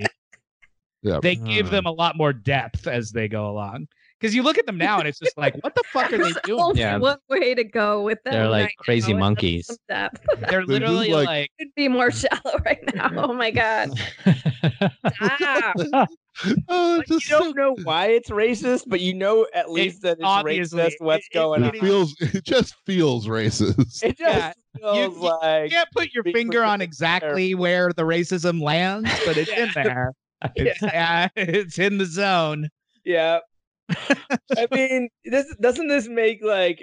Speaker 1: Yeah.
Speaker 2: They give
Speaker 4: Hmm.
Speaker 2: them a lot more depth as they go along Because you look at them now and it's just like, what the fuck are they doing?
Speaker 5: Only
Speaker 4: Yeah.
Speaker 5: one way to go with them.
Speaker 4: They're like
Speaker 5: right
Speaker 4: crazy
Speaker 5: now is up
Speaker 4: monkeys.
Speaker 5: some depth.
Speaker 2: They're literally
Speaker 1: like-
Speaker 2: like
Speaker 5: Could be more shallow right now. Oh my god! Stop.
Speaker 1: Oh,
Speaker 6: Like,
Speaker 1: it's
Speaker 6: you
Speaker 1: just so-
Speaker 6: don't know why it's racist, but you know at least that it's
Speaker 2: obviously-
Speaker 6: racist. What's
Speaker 2: it- it-
Speaker 6: going
Speaker 1: it
Speaker 6: on?
Speaker 1: feels it just feels racist.
Speaker 6: It just
Speaker 2: Yeah.
Speaker 6: feels
Speaker 2: you
Speaker 6: like
Speaker 2: you can't put your
Speaker 6: Speak for
Speaker 2: finger on
Speaker 6: yourself.
Speaker 2: exactly where the racism lands, but it's in there. It's, yeah, it's in the zone.
Speaker 6: yeah. I mean, this doesn't this make like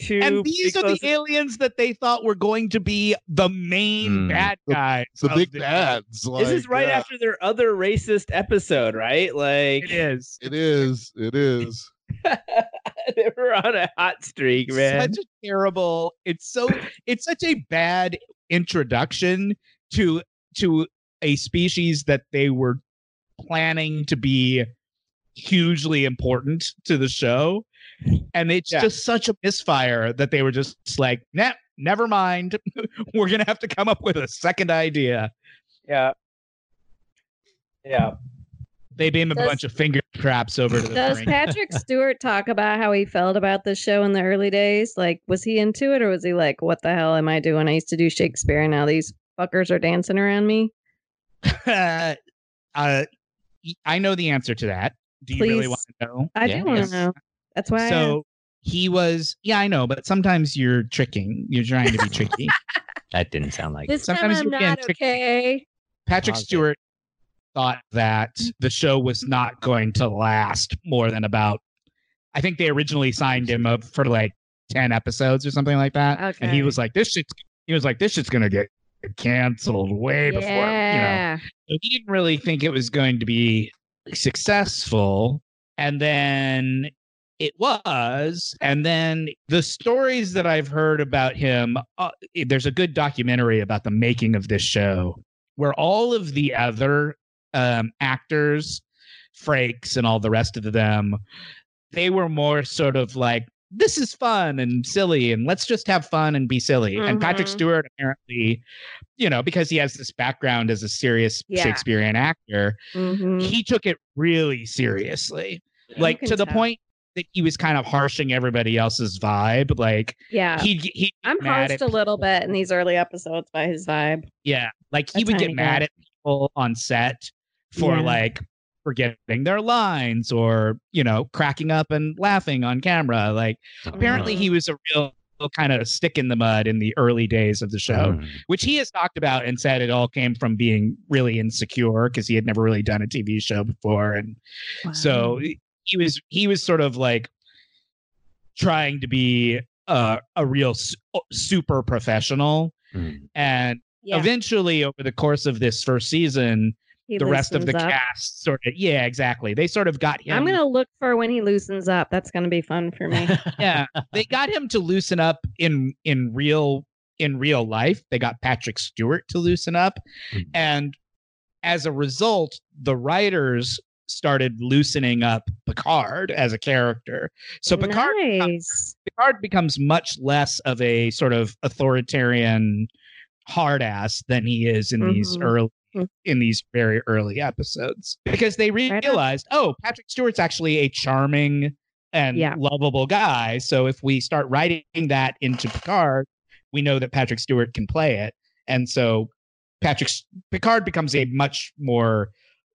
Speaker 6: two?
Speaker 2: And these
Speaker 6: pretty
Speaker 2: are the
Speaker 6: close-
Speaker 2: aliens that they thought were going to be the main
Speaker 4: Hmm.
Speaker 2: bad
Speaker 1: Mm. The-
Speaker 2: guys.
Speaker 1: It's the
Speaker 2: of
Speaker 1: big
Speaker 2: the-
Speaker 1: dads. Like, uh,
Speaker 6: This is right
Speaker 1: yeah,
Speaker 6: after their other racist episode, right? Like
Speaker 2: It is.
Speaker 1: It is. It is.
Speaker 6: they were on a hot streak, man.
Speaker 2: Such a terrible. It's so. It's such a bad introduction to to a species that they were planning to be hugely important to the show, and it's
Speaker 6: Yeah.
Speaker 2: just such a misfire that they were just like, nah, never mind. we're gonna have to come up with a second idea.
Speaker 6: Yeah. Yeah.
Speaker 2: They gave him a
Speaker 5: Does-
Speaker 2: bunch of finger traps over to the.
Speaker 5: Does
Speaker 2: Ferengi.
Speaker 5: Patrick Stewart talk about how he felt about this show in the early days? Like, was he into it, or was he like, "What the hell am I doing? I used to do Shakespeare, and now these fuckers are dancing around me."
Speaker 2: uh, uh, y- I know the answer to that. Do you really
Speaker 5: Please.
Speaker 2: want to know?
Speaker 5: I
Speaker 4: Yeah,
Speaker 5: do want
Speaker 4: yes.
Speaker 5: to know. That's why. I
Speaker 2: So he was, yeah, I know, but sometimes you're tricking. You're trying to be tricky.
Speaker 4: that didn't sound like
Speaker 5: This time
Speaker 2: Sometimes
Speaker 5: I'm
Speaker 2: you can
Speaker 5: not
Speaker 2: trick-
Speaker 5: okay.
Speaker 2: Patrick
Speaker 4: Positive.
Speaker 2: Stewart thought that the show was not going to last more than about, I think they originally signed him up for like 10 episodes or something like that.
Speaker 5: Okay.
Speaker 2: And he was like, this shit's, he was like, this shit's going to get canceled way before, you know.
Speaker 5: yeah.
Speaker 2: he didn't really think it was going to be successful and then it was and then the stories that i've heard about him uh, there's a good documentary about the making of this show where all of the other um, actors frakes and all the rest of them they were more sort of like this is fun and silly and let's just have fun and be silly and patrick
Speaker 5: Mhm.
Speaker 2: stewart apparently you know, because he has this background as a serious
Speaker 5: Yeah.
Speaker 2: Shakespearean actor,
Speaker 5: Mhm.
Speaker 2: he took it really seriously.
Speaker 3: Yeah.
Speaker 2: Like
Speaker 5: You
Speaker 2: to
Speaker 5: can
Speaker 2: the
Speaker 5: tell.
Speaker 2: point that he was kind of harshing everybody else's vibe. Like
Speaker 5: Yeah.
Speaker 2: he he
Speaker 5: Oh. I'm
Speaker 2: mad
Speaker 5: harshed
Speaker 2: at
Speaker 5: a little
Speaker 2: people.
Speaker 5: bit in these early episodes by his vibe.
Speaker 2: yeah, like he
Speaker 5: A
Speaker 2: would get
Speaker 5: tiny
Speaker 2: mad at people on set for
Speaker 5: Yeah.
Speaker 2: like forgetting their lines or, you know, cracking up and laughing on camera. Like apparently
Speaker 5: Mm.
Speaker 2: he was a real kind of stick in the mud in the early days of the show. which he has talked about and said it all came from being really insecure because he had never really done a TV show before, and
Speaker 5: Um,
Speaker 2: so he- he was he was sort of like trying to be uh, a real su- super professional,
Speaker 4: Mm,
Speaker 2: and
Speaker 5: Yeah.
Speaker 2: eventually over the course of this first season,
Speaker 5: He
Speaker 2: the rest of the
Speaker 5: loosens up.
Speaker 2: cast sort of yeah exactly they sort of got him.
Speaker 5: I'm gonna look for when he loosens up. That's gonna be fun for me.
Speaker 2: yeah they got him to loosen up in in real in real life they got patrick stewart to loosen up
Speaker 4: Mhm.
Speaker 2: and as a result the writers started loosening up picard as a character so picard
Speaker 5: nice.
Speaker 2: picard becomes much less of a sort of authoritarian hard ass than he is in these
Speaker 5: Mhm.
Speaker 2: early
Speaker 5: Mhm.
Speaker 2: in these very early episodes because they
Speaker 5: on.
Speaker 2: realized oh patrick stewart's actually a charming and
Speaker 5: Yeah.
Speaker 2: lovable guy so if we start writing that into picard we know that patrick stewart can play it and so patrick S- picard becomes a much more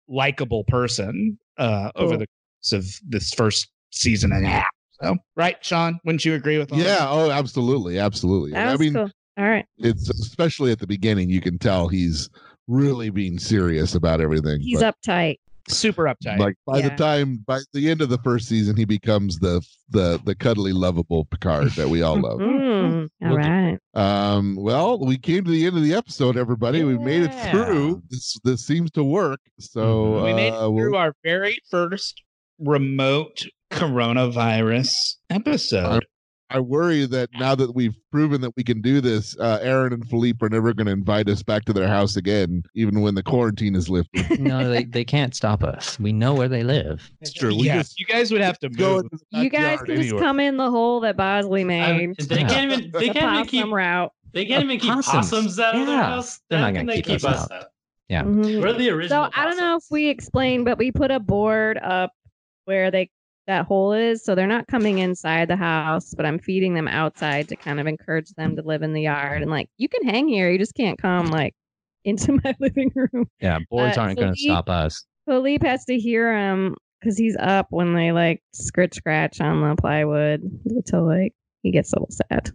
Speaker 2: likable person uh, over
Speaker 5: Cool.
Speaker 2: the course of this first season and a half so right sean wouldn't you agree with all that?
Speaker 1: Yeah. Oh, absolutely. Absolutely.
Speaker 5: That
Speaker 1: I
Speaker 5: was
Speaker 1: mean,
Speaker 5: cool. All right.
Speaker 1: it's especially at the beginning, you can tell he's really being serious about everything.
Speaker 5: He's
Speaker 1: but,
Speaker 5: uptight.
Speaker 2: super uptight
Speaker 1: Like by the
Speaker 5: Yeah.
Speaker 1: time by the end of the first season, he becomes the the the cuddly, lovable Picard that we all love.
Speaker 5: Mm, all
Speaker 1: Look at-
Speaker 5: right.
Speaker 1: Um, well, we came to the end of the episode, everybody. We've made it
Speaker 4: Yeah.
Speaker 1: through. This this seems to work. So
Speaker 2: Mm-hmm. we made it
Speaker 1: uh,
Speaker 2: through
Speaker 1: we'll-
Speaker 2: our very first remote coronavirus episode.
Speaker 1: I worry that now that we've proven that we can do this, uh, Aaron and Philippe are never going to invite us back to their house again, even when the quarantine is lifted.
Speaker 4: mm. no, they, they can't stop us. We know where they live.
Speaker 1: It's true. We
Speaker 2: yeah,
Speaker 1: just
Speaker 2: you guys would have to
Speaker 1: go
Speaker 2: move.
Speaker 1: into the
Speaker 5: You guys
Speaker 1: backyard
Speaker 5: can just
Speaker 1: anyway.
Speaker 5: come in the hole that Bosley made.
Speaker 3: I- they can't even they
Speaker 5: the
Speaker 3: can't even
Speaker 5: possum
Speaker 3: keep
Speaker 5: route.
Speaker 3: they can't even keep
Speaker 4: Opossums.
Speaker 3: possums, out of their
Speaker 4: Yeah.
Speaker 3: house.
Speaker 4: They're
Speaker 3: How
Speaker 4: not
Speaker 3: can
Speaker 4: gonna
Speaker 3: they
Speaker 4: keep us out. Yeah.
Speaker 5: Mhm.
Speaker 3: We're the original.
Speaker 5: So I don't know if
Speaker 3: possums.
Speaker 5: we explained, but we put a board up where they that hole is. So they're not coming inside the house, but I'm feeding them outside to kind of encourage them to live in the yard. And like, you can hang here, you just can't come like into my living room.
Speaker 4: Yeah, boards
Speaker 5: Uh,
Speaker 4: aren't
Speaker 5: so
Speaker 4: going to
Speaker 5: we-
Speaker 4: stop us.
Speaker 5: Philippe has to hear him because he's up when they like scritch scratch on the plywood until like he gets a little sad.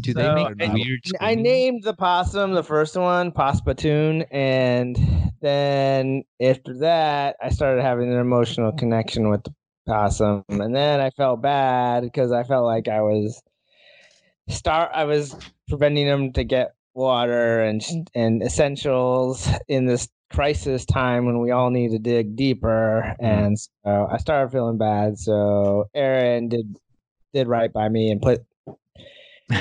Speaker 4: Do
Speaker 6: So,
Speaker 4: they make
Speaker 1: I-
Speaker 4: weird?
Speaker 6: I
Speaker 4: screaming?
Speaker 6: named the possum the first one, Pospatoon, and then after that, I started having an emotional connection with the possum, and then I felt bad because I felt like I was star. I was preventing them to get water and and essentials in this crisis time when we all need to dig deeper, and so I started feeling bad. So Aaron did did right by me and put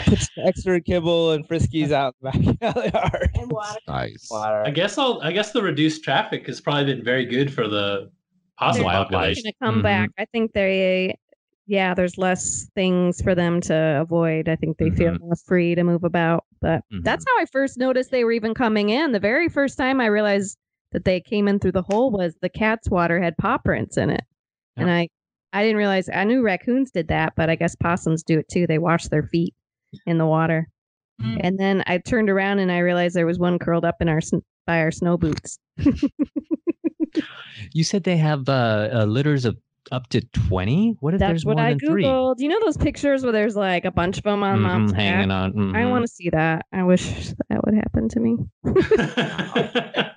Speaker 6: put some extra kibble and friskies out back in the yard.
Speaker 8: And water.
Speaker 1: Nice.
Speaker 6: Water.
Speaker 3: I guess I'll. I guess the reduced traffic has probably been very good for the possum
Speaker 5: They're
Speaker 4: Wildlife.
Speaker 3: population.
Speaker 5: Gonna come
Speaker 4: Mhm.
Speaker 5: back. I think they, yeah, there's less things for them to avoid. I think they feel more free to move about. But that's how I first noticed they were even coming in. The very first time I realized that they came in through the hole was the cat's water had paw prints in it, and I, I didn't realize. I knew raccoons did that, but I guess possums do it too. They wash their feet in the water.
Speaker 8: Mm.
Speaker 5: And then I turned around and I realized there was one curled up in our sn- by our snow boots.
Speaker 4: You said they have uh, uh, litters of up to twenty. What if
Speaker 5: That's
Speaker 4: there's
Speaker 5: what
Speaker 4: more
Speaker 5: I
Speaker 4: than three
Speaker 5: googled. You know those pictures where there's like a bunch of them on
Speaker 4: Mhm,
Speaker 5: mom's
Speaker 4: hanging
Speaker 5: back?
Speaker 4: on?
Speaker 5: I
Speaker 4: mhm.
Speaker 5: want to see that. I wish that would happen to me.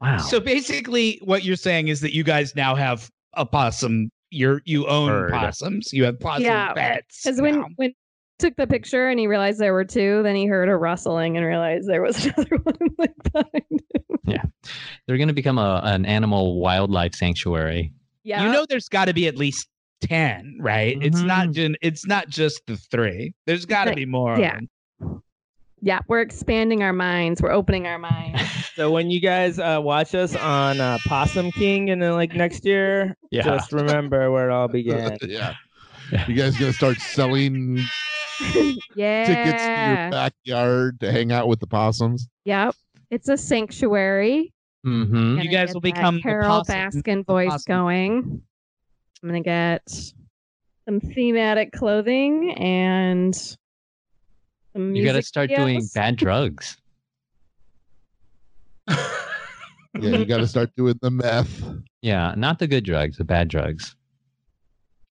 Speaker 4: Wow.
Speaker 2: So basically, what you're saying is that you guys now have a possum. You're you own
Speaker 4: Bird.
Speaker 2: possums. You have possum
Speaker 5: Yeah,
Speaker 2: pets.
Speaker 5: Because when
Speaker 2: now.
Speaker 5: when he took the picture and he realized there were two, then he heard a rustling and realized there was another one like behind.
Speaker 4: They're going to become a, an animal wildlife sanctuary.
Speaker 5: Yeah,
Speaker 2: you know, there's got to be at least ten, right? It's not just it's not just the three. There's got to
Speaker 5: Mm-hmm. Right.
Speaker 2: be more.
Speaker 5: Yeah. yeah. We're expanding our minds. We're opening our minds.
Speaker 6: So when you guys uh, watch us on uh, Possum King and then like next year,
Speaker 4: Yeah.
Speaker 6: just remember where it all began.
Speaker 1: yeah.
Speaker 4: Yeah.
Speaker 1: You guys gonna start selling tickets to your
Speaker 5: yeah,
Speaker 1: backyard to hang out with the possums?
Speaker 5: yep. It's a sanctuary.
Speaker 4: hmm
Speaker 5: Gonna
Speaker 2: guys
Speaker 5: get
Speaker 2: will
Speaker 5: that
Speaker 2: become the
Speaker 5: Carol
Speaker 2: possum-
Speaker 5: Baskin
Speaker 2: the
Speaker 5: voice
Speaker 2: possum.
Speaker 5: going. I'm gonna get some thematic clothing and some
Speaker 4: You got to
Speaker 5: music
Speaker 4: start doing
Speaker 5: videos.
Speaker 4: bad drugs.
Speaker 1: Yeah, you got to start doing the meth.
Speaker 4: Yeah, not the good drugs, the bad drugs.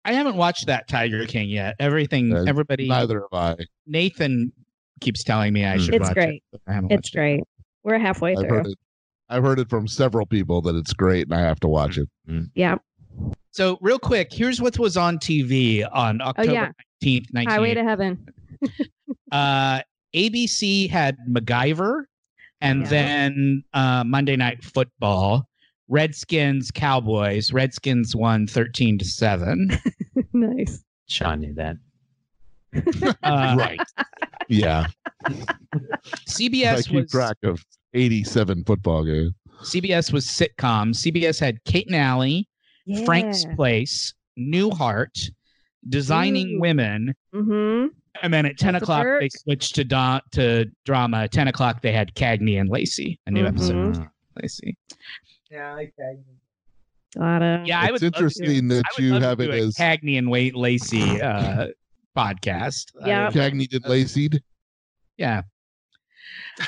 Speaker 2: I haven't watched that Tiger King yet. Everything,
Speaker 1: Uh,
Speaker 2: everybody,
Speaker 1: Neither have I.
Speaker 2: Nathan keeps telling me I
Speaker 4: Mm.
Speaker 2: should
Speaker 5: It's
Speaker 2: watch
Speaker 5: great.
Speaker 2: it. I haven't
Speaker 5: It's
Speaker 2: watched it.
Speaker 5: great. We're halfway
Speaker 1: I've
Speaker 5: through.
Speaker 1: heard it. I've heard it from several people that it's great, and I have to
Speaker 2: Mm.
Speaker 1: watch it.
Speaker 5: Yeah.
Speaker 2: So real quick, here's what was on TV on October
Speaker 5: Oh, yeah.
Speaker 2: 19th,
Speaker 5: Highway
Speaker 2: 1980.
Speaker 5: to Heaven.
Speaker 2: uh, ABC had MacGyver, and
Speaker 5: Yeah.
Speaker 2: then uh, Monday Night Football. Redskins, Cowboys. Redskins won 13 to 7.
Speaker 5: nice.
Speaker 4: Sean knew that.
Speaker 2: Uh,
Speaker 1: right. Yeah. I
Speaker 2: CBS
Speaker 1: keep
Speaker 2: was
Speaker 1: track of 87 football games.
Speaker 2: CBS was sitcoms. CBS had Kate and Alley, Frank's Place, Newhart, Designing
Speaker 5: Ooh.
Speaker 2: Women,
Speaker 5: Mm-hmm.
Speaker 2: and then at 10
Speaker 5: That's a
Speaker 2: o'clock they
Speaker 5: perk.
Speaker 2: switched to da- to drama. At 10 o'clock they had Cagney and Lacey, a new episode.
Speaker 5: Mhm.
Speaker 4: Mm.
Speaker 2: of Lacey.
Speaker 6: Yeah,
Speaker 5: Got it.
Speaker 2: Yeah, I
Speaker 1: it's
Speaker 2: would love to do-
Speaker 1: interesting that
Speaker 2: I would
Speaker 1: you
Speaker 2: love to
Speaker 1: have
Speaker 2: do
Speaker 1: it
Speaker 2: a
Speaker 1: as
Speaker 2: Cagney and Wait Lacey uh, podcast. I-
Speaker 5: Yeah.
Speaker 1: Cagney did Lacey'd.
Speaker 2: yeah.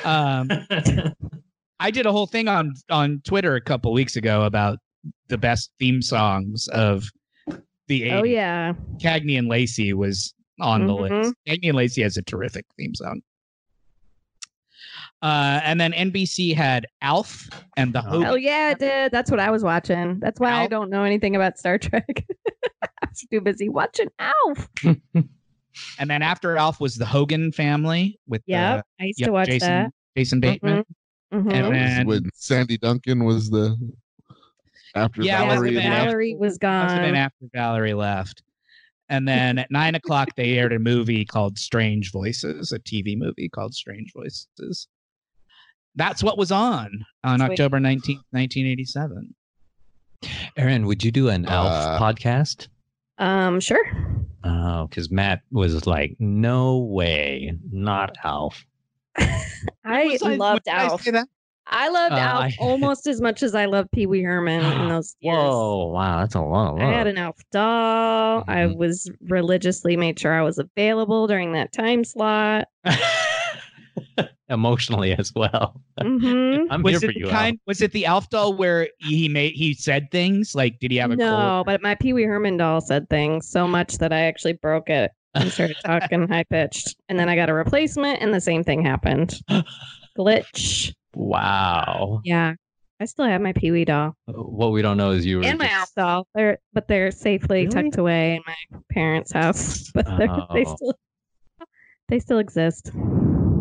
Speaker 2: Um, I did a whole thing on on Twitter a couple weeks ago about the best theme songs of the 80s.
Speaker 5: Oh yeah.
Speaker 2: Cagney and Lacey was on the
Speaker 5: Mhm.
Speaker 2: list. Cagney and Lacey has a terrific theme song. Uh, and then NBC had Alf and the
Speaker 4: Oh.
Speaker 2: Hope.
Speaker 5: Oh yeah, it did. That's what I was watching. That's why I
Speaker 2: Alf?
Speaker 5: don't know anything about Star Trek. I was too busy watching Alf.
Speaker 2: And then after Alf was the Hogan family with
Speaker 5: Yep. I
Speaker 2: the,
Speaker 5: used
Speaker 2: yep,
Speaker 5: to watch
Speaker 2: Jason,
Speaker 5: that.
Speaker 2: Jason Bateman.
Speaker 5: Mhm.
Speaker 2: And
Speaker 1: That was
Speaker 2: then-
Speaker 1: when Sandy Duncan was the after
Speaker 2: Yeah,
Speaker 5: Yeah,
Speaker 1: Valerie
Speaker 2: Valerie
Speaker 1: left.
Speaker 5: Valerie was
Speaker 2: Must have
Speaker 5: gone.
Speaker 2: been after Valerie left. And then at nine o'clock, they aired a movie called Strange Voices, a TV movie called Strange Voices. That's what was on on
Speaker 5: Sweet.
Speaker 2: October 19th, 1987.
Speaker 4: Aaron, would you do an
Speaker 1: Uh,
Speaker 4: elf podcast?
Speaker 5: Um, sure.
Speaker 4: Oh, because Matt was like, no way, not elf.
Speaker 5: I
Speaker 2: Was I-
Speaker 5: loved
Speaker 2: when did I
Speaker 5: Alf.
Speaker 2: say that?
Speaker 5: I loved
Speaker 4: Uh,
Speaker 5: Alf
Speaker 4: I- Ah,
Speaker 5: almost as much as I loved Pee Wee Herman in those years.
Speaker 4: Whoa, wow, that's a lot of
Speaker 5: I had
Speaker 4: love.
Speaker 5: an Alf doll. I
Speaker 4: Mhm.
Speaker 5: was religiously made sure I was available during that time slot.
Speaker 4: Emotionally as well.
Speaker 5: hmm
Speaker 4: I'm
Speaker 2: was
Speaker 4: here
Speaker 2: it
Speaker 4: for
Speaker 2: the
Speaker 4: you. Al.
Speaker 2: kind? Was it the Alf doll where he made he said things like, "Did he have a
Speaker 5: No, but my Pee Wee Herman doll said things so much that I actually broke it and started talking high pitched. And then I got a replacement, and the same thing happened. Glitch.
Speaker 4: Wow.
Speaker 5: Yeah. I still have my Pee Wee doll
Speaker 4: What we don't know is you were
Speaker 5: and my
Speaker 4: just-
Speaker 5: Alf doll. They're, but they're safely
Speaker 4: Really?
Speaker 5: tucked away in my parents' house. But they're, they
Speaker 4: Oh.
Speaker 5: still they still exist.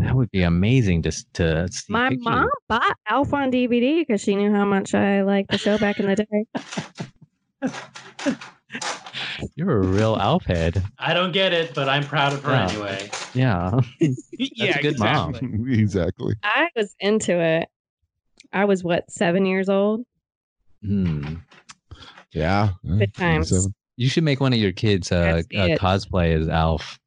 Speaker 4: That would be amazing just to see.
Speaker 5: My
Speaker 4: pictures.
Speaker 5: mom bought Alf on DVD because she knew how much I liked the show back in the day.
Speaker 4: You're a real Alf head.
Speaker 3: I don't get it, but I'm proud of her
Speaker 4: Yeah.
Speaker 3: anyway.
Speaker 4: Yeah.
Speaker 2: cold?
Speaker 4: That's a good mom.
Speaker 2: exactly.
Speaker 1: exactly.
Speaker 5: I was into it. I was what seven years old.
Speaker 4: Hmm.
Speaker 1: Yeah. yeah,
Speaker 5: Good times.
Speaker 1: 27.
Speaker 4: You should make one of your kids uh,
Speaker 5: That's
Speaker 4: uh,
Speaker 5: it.
Speaker 4: cosplay as Alf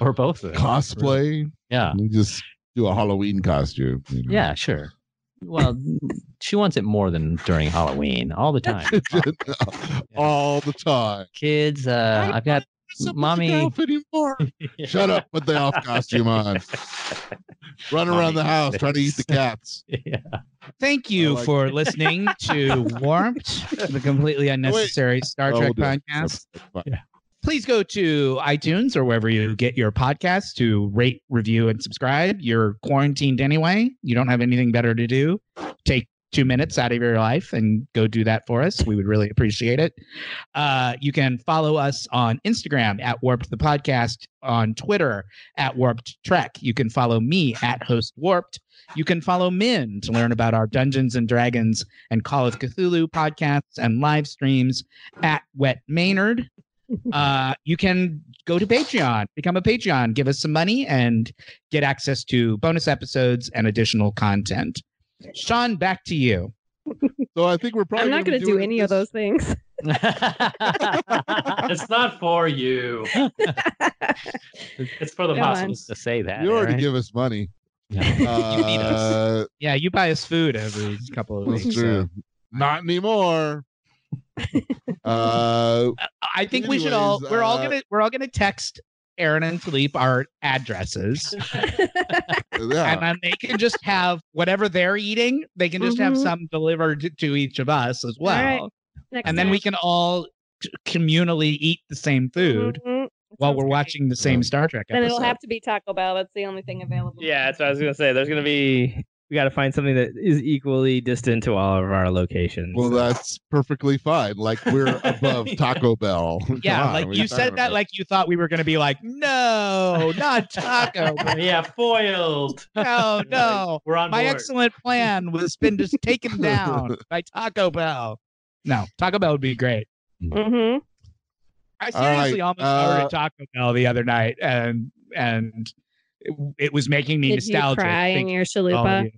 Speaker 4: or both of them.
Speaker 1: Cosplay.
Speaker 4: Yeah.
Speaker 1: You Just do a Halloween costume. you know.
Speaker 4: Yeah, sure. Well, she wants it more than during Halloween, all the time.
Speaker 1: All the time.
Speaker 4: Kids, uh, I've got
Speaker 1: Something to
Speaker 4: Mommy.
Speaker 1: outfit him for. Shut up. Put the elf costume on. Run around
Speaker 4: Mommy
Speaker 1: the house trying to eat the cats.
Speaker 4: exists. yeah.
Speaker 2: Thank you
Speaker 1: like
Speaker 2: for listening to Warped, the completely unnecessary Star
Speaker 1: Oh,
Speaker 2: Trek
Speaker 1: we'll do it.
Speaker 2: podcast.
Speaker 1: Fine.
Speaker 2: please go to iTunes or wherever you get your podcasts to rate, review, and subscribe. You're quarantined anyway. You don't have anything better to do. Take two minutes out of your life and go do that for us. We would really appreciate it. Uh, you can follow us on Instagram at Warped the Podcast, on Twitter at Warped Trek. You can follow me at Host Warped. You can follow Min to learn about our Dungeons and Dragons and Call of Cthulhu podcasts and live streams at Wet Maynard uh, you can go to Patreon, become a Patreon, give us some money, and get access to bonus episodes and additional content. Sean, back to you.
Speaker 1: So I think we're probably.
Speaker 5: I'm not
Speaker 1: gonna
Speaker 5: going to do
Speaker 1: it
Speaker 5: any of
Speaker 1: this-
Speaker 5: those things.
Speaker 3: It's not for you. It's for the
Speaker 5: Come on.
Speaker 3: possums.
Speaker 4: to say that.
Speaker 1: You already
Speaker 4: right?
Speaker 1: give us money.
Speaker 4: Yeah.
Speaker 2: You need
Speaker 1: Uh,
Speaker 2: Yeah, you buy us food every couple of
Speaker 1: that's
Speaker 2: weeks.
Speaker 1: true. Not anymore. uh,
Speaker 2: I think we should all
Speaker 1: Anyways,
Speaker 2: we're all
Speaker 1: uh,
Speaker 2: gonna we're all gonna text Aaron and Philippe our addresses, and
Speaker 1: yeah.
Speaker 2: then they can just have whatever they're eating. They can just have
Speaker 5: Mhm.
Speaker 2: some delivered to each of us as well,
Speaker 5: right. Next
Speaker 2: and then
Speaker 5: time.
Speaker 2: we can all c- communally eat the same food.
Speaker 5: Mhm.
Speaker 2: while
Speaker 5: Sounds
Speaker 2: we're
Speaker 5: great.
Speaker 2: watching the same
Speaker 1: Yeah.
Speaker 2: Star Trek
Speaker 5: Then
Speaker 2: episode.
Speaker 5: it'll have to be Taco Bell. That's the only thing available.
Speaker 7: Yeah, that's what I was gonna say. There's gonna be we gotta find something that is equally distant to all of our locations.
Speaker 1: Well, that's perfectly fine. Like we're above Taco Bell. Come
Speaker 2: yeah,
Speaker 1: on,
Speaker 2: like
Speaker 1: what are
Speaker 2: you said
Speaker 1: talking
Speaker 2: that
Speaker 1: about?
Speaker 2: like you thought we were going to be like, no, not Taco. Bell.
Speaker 3: yeah, foiled.
Speaker 2: no, no.
Speaker 3: We're on
Speaker 2: My
Speaker 3: board.
Speaker 2: excellent plan was been just taken down by Taco Bell. No, Taco Bell would be great.
Speaker 5: Mm-hmm.
Speaker 2: I
Speaker 1: All right,
Speaker 2: seriously almost ordered
Speaker 1: uh,
Speaker 2: Taco Bell the other night, and and it, it was making me
Speaker 5: Did you
Speaker 2: nostalgic.
Speaker 5: cry in
Speaker 2: thinking
Speaker 5: your
Speaker 2: of all of
Speaker 5: chalupa?
Speaker 2: you.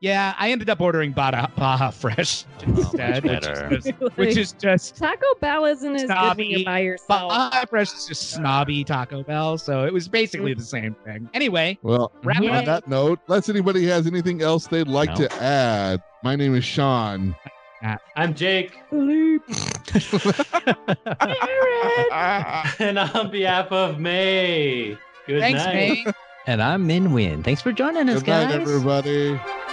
Speaker 2: Yeah, I ended up ordering Baja, Baja Fresh instead, which is
Speaker 4: better.
Speaker 2: just- which is just
Speaker 5: Taco Bell isn't as good when
Speaker 2: Snobby,
Speaker 5: you're by
Speaker 2: But
Speaker 5: yourself.
Speaker 2: Baja Fresh is just snobby Taco Bell, so it was basically the same thing. Anyway,
Speaker 1: Well,
Speaker 2: Wrap it
Speaker 1: on
Speaker 2: up.
Speaker 1: that note, unless anybody has anything else they'd like
Speaker 4: No.
Speaker 1: to add, my name is Sean.
Speaker 3: I'm Jake, and on behalf of May. Good
Speaker 2: thanks,
Speaker 3: night.
Speaker 2: May.
Speaker 4: and I'm Min Win. Thanks for joining us,
Speaker 1: Good night,
Speaker 4: guys.
Speaker 1: everybody.